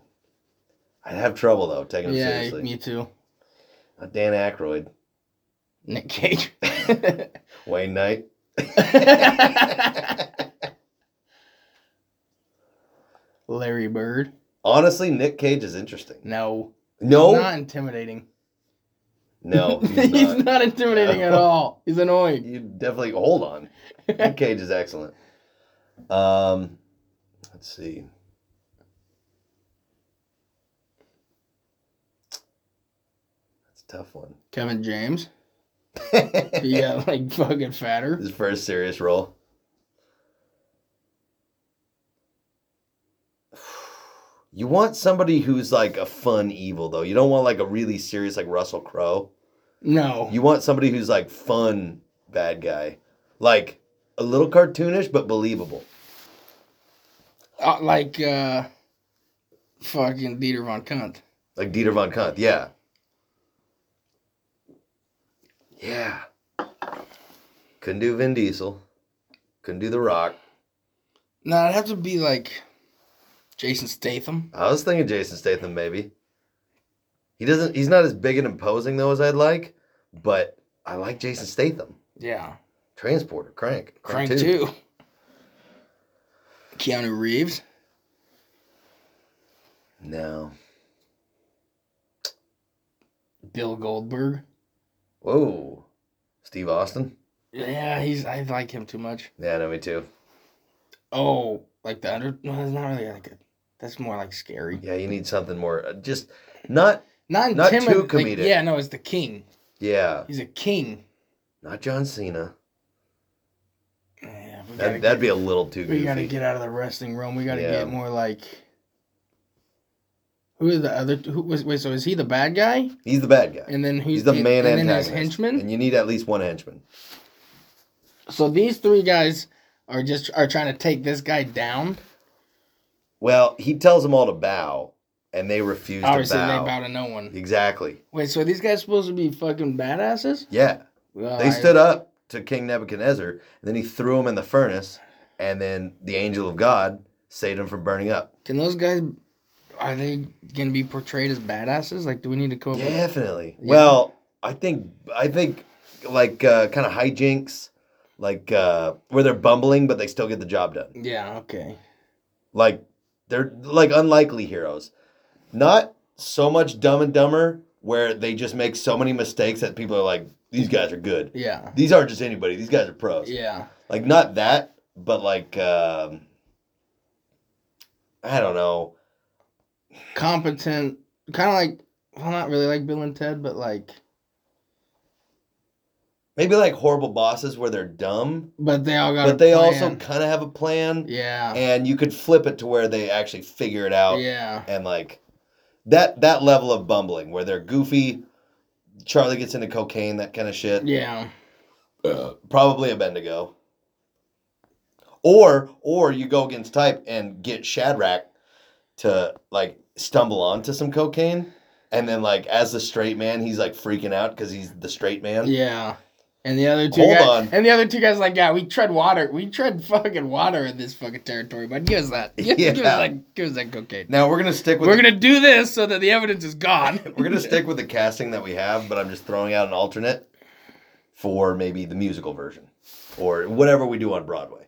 [SPEAKER 1] I'd have trouble though taking him
[SPEAKER 2] yeah,
[SPEAKER 1] seriously.
[SPEAKER 2] me too.
[SPEAKER 1] Not Uh, Dan Aykroyd,
[SPEAKER 2] Nick Cage.
[SPEAKER 1] Wayne Knight.
[SPEAKER 2] Larry Bird.
[SPEAKER 1] Honestly, Nick Cage is interesting.
[SPEAKER 2] No.
[SPEAKER 1] No,
[SPEAKER 2] Not intimidating.
[SPEAKER 1] no,
[SPEAKER 2] He's not,
[SPEAKER 1] he's not.
[SPEAKER 2] intimidating at all. He's annoying.
[SPEAKER 1] you definitely hold on. Nick Cage is excellent. Um, let's see. That's a tough one.
[SPEAKER 2] Kevin James. He got like fucking fatter.
[SPEAKER 1] His first serious role. You want somebody who's like a fun evil though. You don't want like a really serious like Russell Crowe.
[SPEAKER 2] No.
[SPEAKER 1] You want somebody who's like fun bad guy. Like a little cartoonish but believable.
[SPEAKER 2] Uh, like uh fucking Dieter von Kunt.
[SPEAKER 1] Like Dieter von Kunt, yeah. Yeah. Couldn't do Vin Diesel. Couldn't do The Rock.
[SPEAKER 2] No, it'd have to be like Jason Statham.
[SPEAKER 1] I was thinking Jason Statham maybe. He doesn't. He's not as big and imposing though as I'd like, but I like Jason Statham.
[SPEAKER 2] Yeah.
[SPEAKER 1] Transporter, Crank,
[SPEAKER 2] Crank two. Keanu Reeves.
[SPEAKER 1] No.
[SPEAKER 2] Bill Goldberg.
[SPEAKER 1] Whoa. Steve Austin.
[SPEAKER 2] Yeah, he's I like him too much.
[SPEAKER 1] Yeah, no, me too.
[SPEAKER 2] Oh, like the under? No, that's not really like a. That's more like scary.
[SPEAKER 1] Yeah, you need something more. uh, Just not.
[SPEAKER 2] Not
[SPEAKER 1] Not too
[SPEAKER 2] intimid- like,
[SPEAKER 1] comedic.
[SPEAKER 2] yeah, no, it's the king.
[SPEAKER 1] Yeah,
[SPEAKER 2] He's a king.
[SPEAKER 1] not John Cena.
[SPEAKER 2] Yeah, we gotta,
[SPEAKER 1] That, that'd be a little too
[SPEAKER 2] we gotta
[SPEAKER 1] goofy.
[SPEAKER 2] get out of the wrestling room. We gotta
[SPEAKER 1] Yeah.
[SPEAKER 2] get more like. Who are the other? Who was? Wait, so is he the bad guy?
[SPEAKER 1] He's the bad guy.
[SPEAKER 2] And then who's
[SPEAKER 1] He's the man
[SPEAKER 2] and then his
[SPEAKER 1] antagonist.
[SPEAKER 2] henchman.
[SPEAKER 1] And you need at least one henchman.
[SPEAKER 2] So these three guys are just are trying to take this guy down.
[SPEAKER 1] Well, he tells them all to bow, and they refuse
[SPEAKER 2] Obviously,
[SPEAKER 1] to bow.
[SPEAKER 2] they bow to no one.
[SPEAKER 1] Exactly.
[SPEAKER 2] Wait, so are these guys supposed to be fucking badasses?
[SPEAKER 1] Yeah.
[SPEAKER 2] Well,
[SPEAKER 1] They
[SPEAKER 2] I-
[SPEAKER 1] stood up to King Nebuchadnezzar, and then he threw him in the furnace, and then the angel of God saved him from burning up.
[SPEAKER 2] Can those guys are they gonna be portrayed as badasses? Like, do we need to go? Yeah.
[SPEAKER 1] Definitely.
[SPEAKER 2] Yeah.
[SPEAKER 1] Well, I think I think like uh, kind of hijinks, like uh, where they're bumbling but they still get the job done.
[SPEAKER 2] Yeah. Okay.
[SPEAKER 1] Like they're like unlikely heroes, not so much Dumb and Dumber where they just make so many mistakes that people are like, these guys are good.
[SPEAKER 2] Yeah.
[SPEAKER 1] These aren't just anybody. These guys are pros.
[SPEAKER 2] Yeah.
[SPEAKER 1] like not that, but like um, I don't know.
[SPEAKER 2] Competent. Kind of like. Well, not really like Bill and Ted, but like.
[SPEAKER 1] Maybe like horrible bosses where they're dumb,
[SPEAKER 2] But they all got. a
[SPEAKER 1] but they also
[SPEAKER 2] plan.
[SPEAKER 1] kind of have a plan,
[SPEAKER 2] Yeah.
[SPEAKER 1] and you could flip it to where they actually figure it out,
[SPEAKER 2] Yeah.
[SPEAKER 1] and like that that level of bumbling where they're goofy. Charlie gets into cocaine, that kind of shit.
[SPEAKER 2] Yeah.
[SPEAKER 1] Probably a Bendigo. Or or you go against type and get Shadrach to like stumble onto some cocaine. And then like as the straight man, he's like freaking out because he's the straight man.
[SPEAKER 2] Yeah. And the other two
[SPEAKER 1] Hold
[SPEAKER 2] guys,
[SPEAKER 1] on.
[SPEAKER 2] and the other two guys, like, yeah, we tread water, we tread fucking water in this fucking territory, but give us that, give, give
[SPEAKER 1] Yeah.
[SPEAKER 2] us that, give us that cocaine.
[SPEAKER 1] Now we're gonna stick with
[SPEAKER 2] We're
[SPEAKER 1] the,
[SPEAKER 2] gonna do this so that the evidence is gone.
[SPEAKER 1] we're gonna stick with the casting that we have, but I'm just throwing out an alternate for maybe the musical version or whatever we do on Broadway.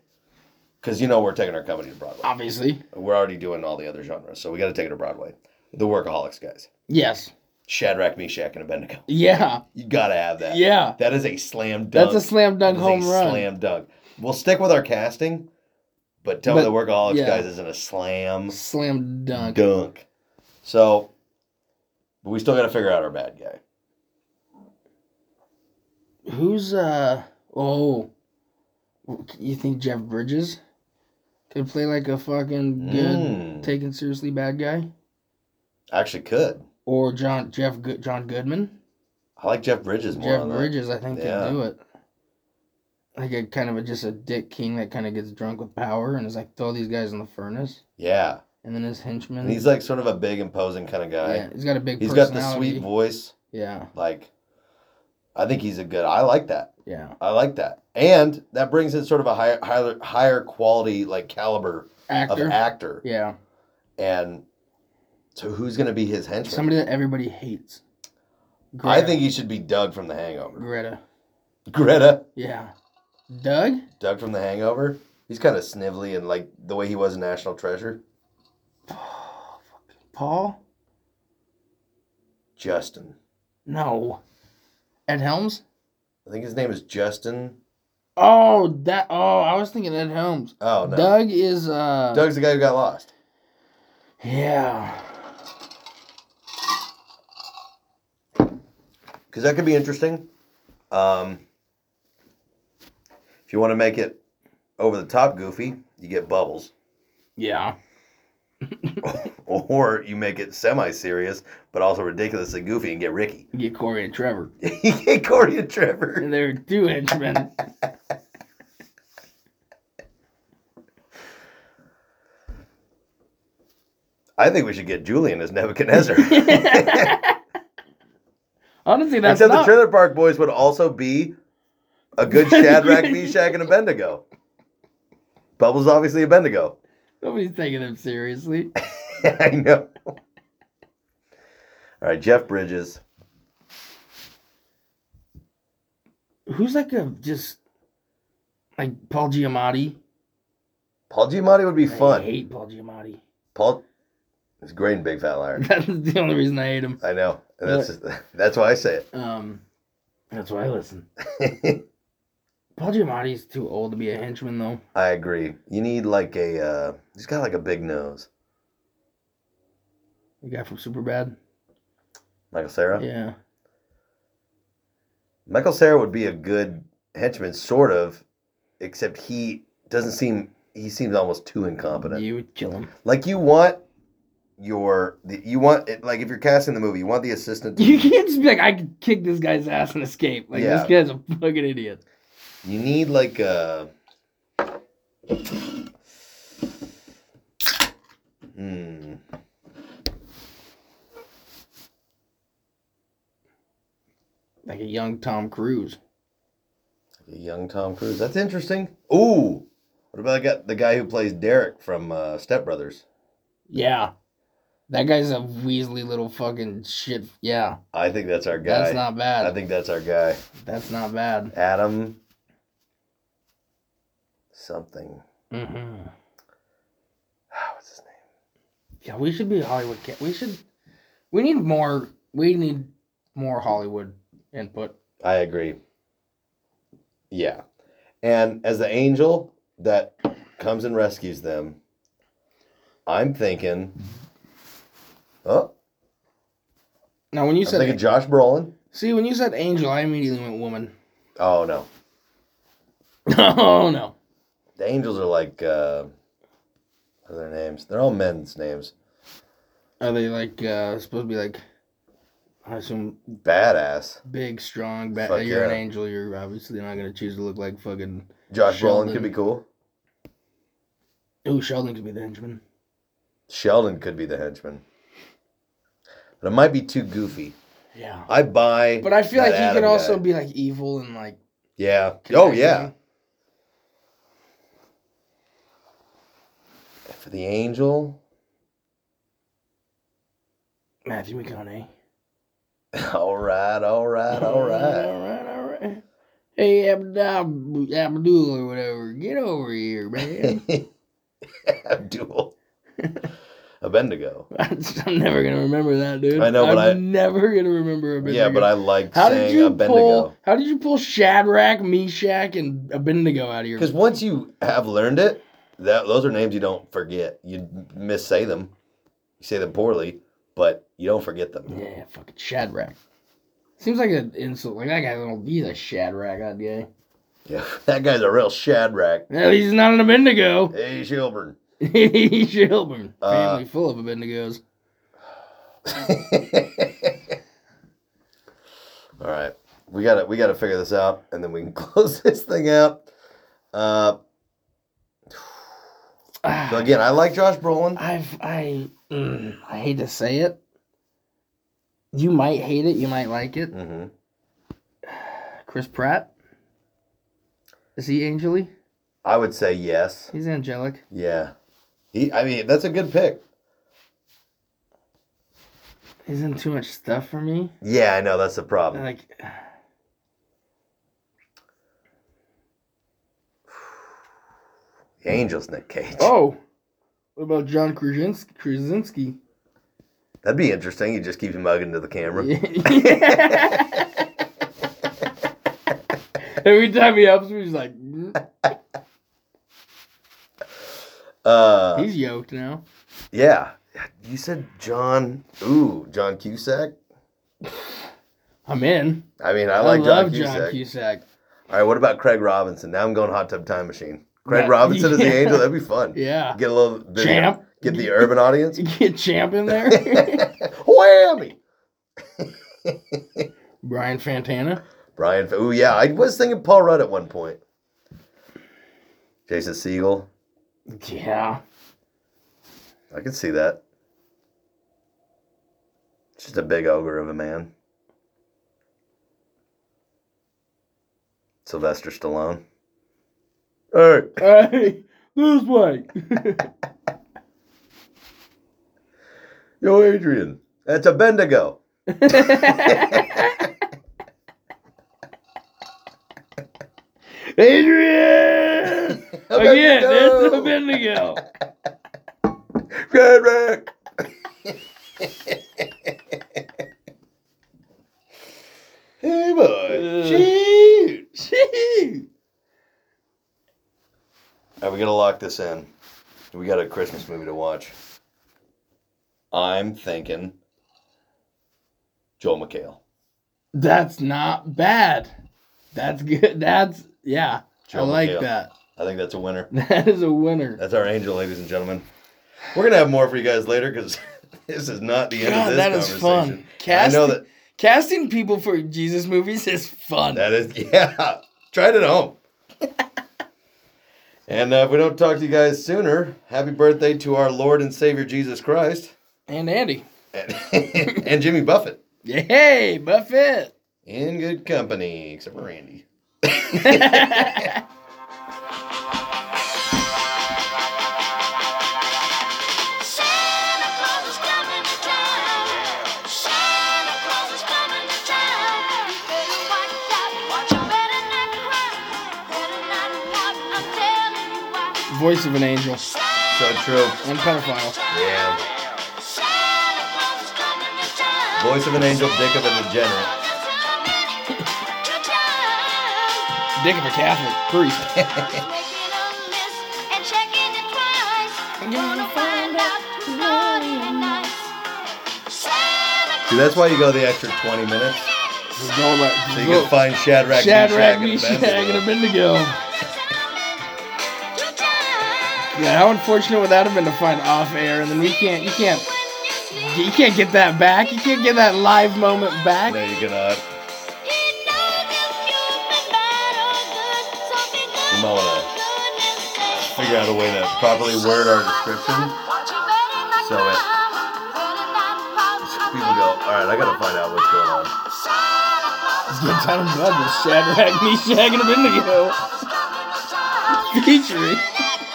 [SPEAKER 1] Because you know we're taking our company to Broadway.
[SPEAKER 2] Um, Obviously,
[SPEAKER 1] We're already doing all the other genres, so we got to take it to Broadway. The workaholics guys,
[SPEAKER 2] yes,
[SPEAKER 1] Shadrach, Meshach, and Abednego.
[SPEAKER 2] yeah,
[SPEAKER 1] You gotta have that.
[SPEAKER 2] yeah.
[SPEAKER 1] that is a slam dunk.
[SPEAKER 2] That's a slam dunk
[SPEAKER 1] That is a
[SPEAKER 2] home run.
[SPEAKER 1] Slam dunk. We'll stick with our casting, but tell me
[SPEAKER 2] But-
[SPEAKER 1] the workaholics
[SPEAKER 2] yeah.
[SPEAKER 1] guys isn't a slam
[SPEAKER 2] Slam dunk.
[SPEAKER 1] dunk. So, but we still got to figure out our bad guy.
[SPEAKER 2] Who's uh? Oh, you think Jeff Bridges could play like a fucking good,
[SPEAKER 1] Mm.
[SPEAKER 2] taken seriously bad guy,
[SPEAKER 1] Actually, could
[SPEAKER 2] or John Jeff Good John Goodman?
[SPEAKER 1] I like Jeff Bridges more?
[SPEAKER 2] Jeff
[SPEAKER 1] on that.
[SPEAKER 2] Bridges, I think,
[SPEAKER 1] Yeah.
[SPEAKER 2] can do it. Like a kind of a, just a dick king that kind of gets drunk with power and is like throw these guys in the furnace,
[SPEAKER 1] Yeah,
[SPEAKER 2] and then his henchmen.
[SPEAKER 1] and he's like sort of a big, imposing kind of guy.
[SPEAKER 2] yeah, he's got a big.
[SPEAKER 1] he's got
[SPEAKER 2] personality.
[SPEAKER 1] the sweet voice.
[SPEAKER 2] Yeah,
[SPEAKER 1] Like, I think he's a good. I like that.
[SPEAKER 2] yeah,
[SPEAKER 1] I like that, and that brings in sort of a higher, higher, higher quality, like caliber
[SPEAKER 2] actor.
[SPEAKER 1] of actor.
[SPEAKER 2] yeah,
[SPEAKER 1] And so, who's going to be his henchman?
[SPEAKER 2] somebody that everybody hates.
[SPEAKER 1] I think he should be Doug from The Hangover.
[SPEAKER 2] Greta.
[SPEAKER 1] Greta,
[SPEAKER 2] Yeah, Doug.
[SPEAKER 1] Doug from The Hangover. He's kind of snivelly and like the way he was in National Treasure.
[SPEAKER 2] Paul?
[SPEAKER 1] Justin,
[SPEAKER 2] No. Ed Helms?
[SPEAKER 1] I think his name is Justin.
[SPEAKER 2] Oh, that. Oh, I was thinking Ed Helms.
[SPEAKER 1] Oh no,
[SPEAKER 2] Doug is. uh
[SPEAKER 1] Doug's the guy who got lost.
[SPEAKER 2] Yeah.
[SPEAKER 1] Because that could be interesting. Um, if you want to make it over the top goofy, you get Bubbles,
[SPEAKER 2] Yeah.
[SPEAKER 1] or you make it semi serious but also ridiculously goofy and get Ricky.
[SPEAKER 2] You get Corey and Trevor.
[SPEAKER 1] you get Corey and Trevor.
[SPEAKER 2] And they're two henchmen.
[SPEAKER 1] I think we should get Julian as Nebuchadnezzar.
[SPEAKER 2] Honestly, that's
[SPEAKER 1] Except the
[SPEAKER 2] not.
[SPEAKER 1] Trailer Park Boys would also be a good Shadrach, Meshach, and Abednego. Bubbles obviously Abednego.
[SPEAKER 2] Nobody's taking them seriously.
[SPEAKER 1] I know. All right, Jeff Bridges.
[SPEAKER 2] Who's like a just like Paul Giamatti?
[SPEAKER 1] Paul Giamatti would be
[SPEAKER 2] I
[SPEAKER 1] fun.
[SPEAKER 2] hate Paul Giamatti.
[SPEAKER 1] Paul is great in Big Fat Liar.
[SPEAKER 2] That's the only reason I hate him.
[SPEAKER 1] I know. And that's that's why I say
[SPEAKER 2] Um, that's why I listen.
[SPEAKER 1] it.
[SPEAKER 2] Paul Giamatti's too old to be a henchman though.
[SPEAKER 1] I agree. You need like a uh, he's got like a big nose.
[SPEAKER 2] The guy from Superbad.
[SPEAKER 1] Michael Sarah.
[SPEAKER 2] Yeah.
[SPEAKER 1] Michael Sarah would be a good henchman, sort of, except he doesn't seem. He seems almost too incompetent.
[SPEAKER 2] You would kill him.
[SPEAKER 1] Like you want your, the- you want it, like if you're casting the movie, you want the assistant. To,
[SPEAKER 2] You can't just be like, I could kick this guy's ass and escape. Like
[SPEAKER 1] Yeah.
[SPEAKER 2] this guy's a fucking idiot.
[SPEAKER 1] you need like uh, a. Hmm.
[SPEAKER 2] Like a young Tom Cruise.
[SPEAKER 1] A young Tom Cruise. That's interesting. Ooh. What about the guy, the guy who plays Derek from uh, Step Brothers?
[SPEAKER 2] Yeah. That guy's a weaselly little fucking shit. Yeah.
[SPEAKER 1] I think that's our guy.
[SPEAKER 2] That's not bad.
[SPEAKER 1] I think that's our guy.
[SPEAKER 2] that's not bad.
[SPEAKER 1] Adam something.
[SPEAKER 2] Mm-hmm.
[SPEAKER 1] Ah, What's his name?
[SPEAKER 2] Yeah, we should be Hollywood. Ca- we should. We need more. We need more Hollywood input.
[SPEAKER 1] I agree. Yeah. And as the angel that comes and rescues them, I'm thinking Oh,
[SPEAKER 2] Now, when you
[SPEAKER 1] I'm
[SPEAKER 2] said
[SPEAKER 1] thinking Josh Brolin.
[SPEAKER 2] see, when you said angel, I immediately went woman.
[SPEAKER 1] Oh no.
[SPEAKER 2] oh no.
[SPEAKER 1] The angels are like uh what are their names? They're all men's names.
[SPEAKER 2] Are they like uh supposed to be like? I assume
[SPEAKER 1] Badass.
[SPEAKER 2] big, strong. Ba-
[SPEAKER 1] Fuck
[SPEAKER 2] you're an
[SPEAKER 1] yeah.
[SPEAKER 2] angel. You're obviously not gonna choose to look like fucking.
[SPEAKER 1] Josh Brolin could
[SPEAKER 2] Sheldon.
[SPEAKER 1] be cool.
[SPEAKER 2] Oh, Sheldon could be the henchman.
[SPEAKER 1] Sheldon could be the henchman. But it might be too goofy.
[SPEAKER 2] Yeah.
[SPEAKER 1] I buy
[SPEAKER 2] But I feel
[SPEAKER 1] that
[SPEAKER 2] like he
[SPEAKER 1] Adam
[SPEAKER 2] could also
[SPEAKER 1] guy.
[SPEAKER 2] be like evil and like
[SPEAKER 1] Yeah. Oh yeah. For the angel.
[SPEAKER 2] Matthew McConaughey.
[SPEAKER 1] All right. All right. All right.
[SPEAKER 2] All right, all right. Hey, Abdul, Abdul or whatever, get over here, man.
[SPEAKER 1] Abdul. Abendigo.
[SPEAKER 2] I'm never gonna remember that, dude.
[SPEAKER 1] I know, but
[SPEAKER 2] I'm
[SPEAKER 1] I-
[SPEAKER 2] never gonna remember Abednego.
[SPEAKER 1] Yeah, but I liked
[SPEAKER 2] how did
[SPEAKER 1] saying
[SPEAKER 2] you
[SPEAKER 1] Abendigo.
[SPEAKER 2] pull? How did you pull Shadrach, Meshach, and Abednego out of your?
[SPEAKER 1] Because once you have learned it, that those are names you don't forget. You missay them, you say them poorly, but you don't forget them.
[SPEAKER 2] Yeah, fucking Shadrach. Seems like an insult. Like that guy, don't, he's a Shadrach, that guy.
[SPEAKER 1] Yeah, that guy's a real Shadrach.
[SPEAKER 2] At least he's not an Abednego.
[SPEAKER 1] Hey, Shilburn.
[SPEAKER 2] he's Shelburne.
[SPEAKER 1] Uh,
[SPEAKER 2] Family full of Abednegos.
[SPEAKER 1] All right, we got to we got to figure this out, and then we can close this thing out. Uh, so
[SPEAKER 2] Ah,
[SPEAKER 1] again, I like Josh Brolin.
[SPEAKER 2] I've I mm, I hate to say it. You might hate it. You might like it.
[SPEAKER 1] hmm
[SPEAKER 2] Chris Pratt. Is he angely?
[SPEAKER 1] I would say yes.
[SPEAKER 2] He's angelic.
[SPEAKER 1] Yeah, he. I mean, that's a good pick.
[SPEAKER 2] He's in too much stuff for me.
[SPEAKER 1] Yeah, I know that's the problem.
[SPEAKER 2] Like,
[SPEAKER 1] The Angels, Nick Cage.
[SPEAKER 2] oh, what about John Krasinski? Krasinski?
[SPEAKER 1] That'd be interesting. You just keep mugging to the camera.
[SPEAKER 2] Every time he helps me, he's like, "Mm."
[SPEAKER 1] Uh,
[SPEAKER 2] he's yoked now.
[SPEAKER 1] yeah. You said John. Ooh, John Cusack.
[SPEAKER 2] I'm in.
[SPEAKER 1] I mean, I like John
[SPEAKER 2] love
[SPEAKER 1] Cusack.
[SPEAKER 2] John Cusack.
[SPEAKER 1] All right, what about Craig Robinson? Now I'm going Hot Tub Time Machine. Craig
[SPEAKER 2] Yeah.
[SPEAKER 1] Robinson as the
[SPEAKER 2] Yeah.
[SPEAKER 1] angel. That'd be fun.
[SPEAKER 2] Yeah.
[SPEAKER 1] Get a little bit of-
[SPEAKER 2] Champ.
[SPEAKER 1] get the urban audience.
[SPEAKER 2] Get champ in there.
[SPEAKER 1] Whammy.
[SPEAKER 2] Brian Fantana.
[SPEAKER 1] Brian. Ooh, yeah. I was thinking Paul Rudd at one point. Jason Siegel.
[SPEAKER 2] Yeah.
[SPEAKER 1] I can see that. Just a big ogre of a man. Sylvester Stallone. All right.
[SPEAKER 2] Hey, this way.
[SPEAKER 1] Yo, Adrian. That's a Bendigo.
[SPEAKER 2] Adrian! Again, it's a
[SPEAKER 1] Bendigo!
[SPEAKER 2] Bendigo.
[SPEAKER 1] Good Rick. hey, boy.
[SPEAKER 2] Shoot! Shoot!
[SPEAKER 1] All right, we got to lock this in. We got a Christmas movie to watch. I'm thinking Joel McHale.
[SPEAKER 2] That's not bad. That's good. That's, yeah.
[SPEAKER 1] Joel
[SPEAKER 2] I like
[SPEAKER 1] McHale.
[SPEAKER 2] that.
[SPEAKER 1] I think that's a winner.
[SPEAKER 2] That is a winner.
[SPEAKER 1] That's our angel, ladies and gentlemen. We're gonna have more for you guys later because this is not the end
[SPEAKER 2] God,
[SPEAKER 1] of this
[SPEAKER 2] that
[SPEAKER 1] conversation.
[SPEAKER 2] is fun.
[SPEAKER 1] I know
[SPEAKER 2] Casting-
[SPEAKER 1] that
[SPEAKER 2] Casting people for Jesus movies is fun.
[SPEAKER 1] that is yeah. Try it at home. and uh, if we don't talk to you guys sooner, happy birthday to our Lord and Savior Jesus Christ
[SPEAKER 2] and Andy.
[SPEAKER 1] and, and Jimmy Buffett
[SPEAKER 2] Yay, Buffett.
[SPEAKER 1] in good company, except for Randy.
[SPEAKER 3] Santa Claus is coming to town. Santa Claus is coming to town. You better watch out. Watch out. Better not cry. Better not pout. I'm telling you why.
[SPEAKER 2] Voice of an angel
[SPEAKER 1] So true.
[SPEAKER 2] and pedophile.
[SPEAKER 1] Yeah.
[SPEAKER 3] Santa Claus is coming to town.
[SPEAKER 1] Voice of an angel, dick of a degenerate.
[SPEAKER 3] He's coming to town.
[SPEAKER 2] Dick of a Catholic priest.
[SPEAKER 3] He's making a list and checking it twice. Gonna find out who's naughty and nice. Santa
[SPEAKER 1] See, that's why you go the extra 20 minutes
[SPEAKER 2] It's all about-
[SPEAKER 1] so you can find Shadrach,
[SPEAKER 2] Shadrach,
[SPEAKER 1] Meshach,
[SPEAKER 2] Meshach,
[SPEAKER 1] and Abednego.
[SPEAKER 3] Claus
[SPEAKER 2] and Abednego.
[SPEAKER 3] is coming to town.
[SPEAKER 2] Yeah, how unfortunate would that have been to find off air, and then we can't, you can't, you can't get that back. You can't get that live moment back.
[SPEAKER 1] No, you cannot.
[SPEAKER 3] You
[SPEAKER 1] You might wanna Figure out a way to properly word our description.
[SPEAKER 3] So
[SPEAKER 1] So uh,
[SPEAKER 3] it.
[SPEAKER 1] it-
[SPEAKER 3] People
[SPEAKER 1] People go, all right, I gotta find out what's going on.
[SPEAKER 2] Good time God with Shadrach, Meshach, and Abednego. Featuring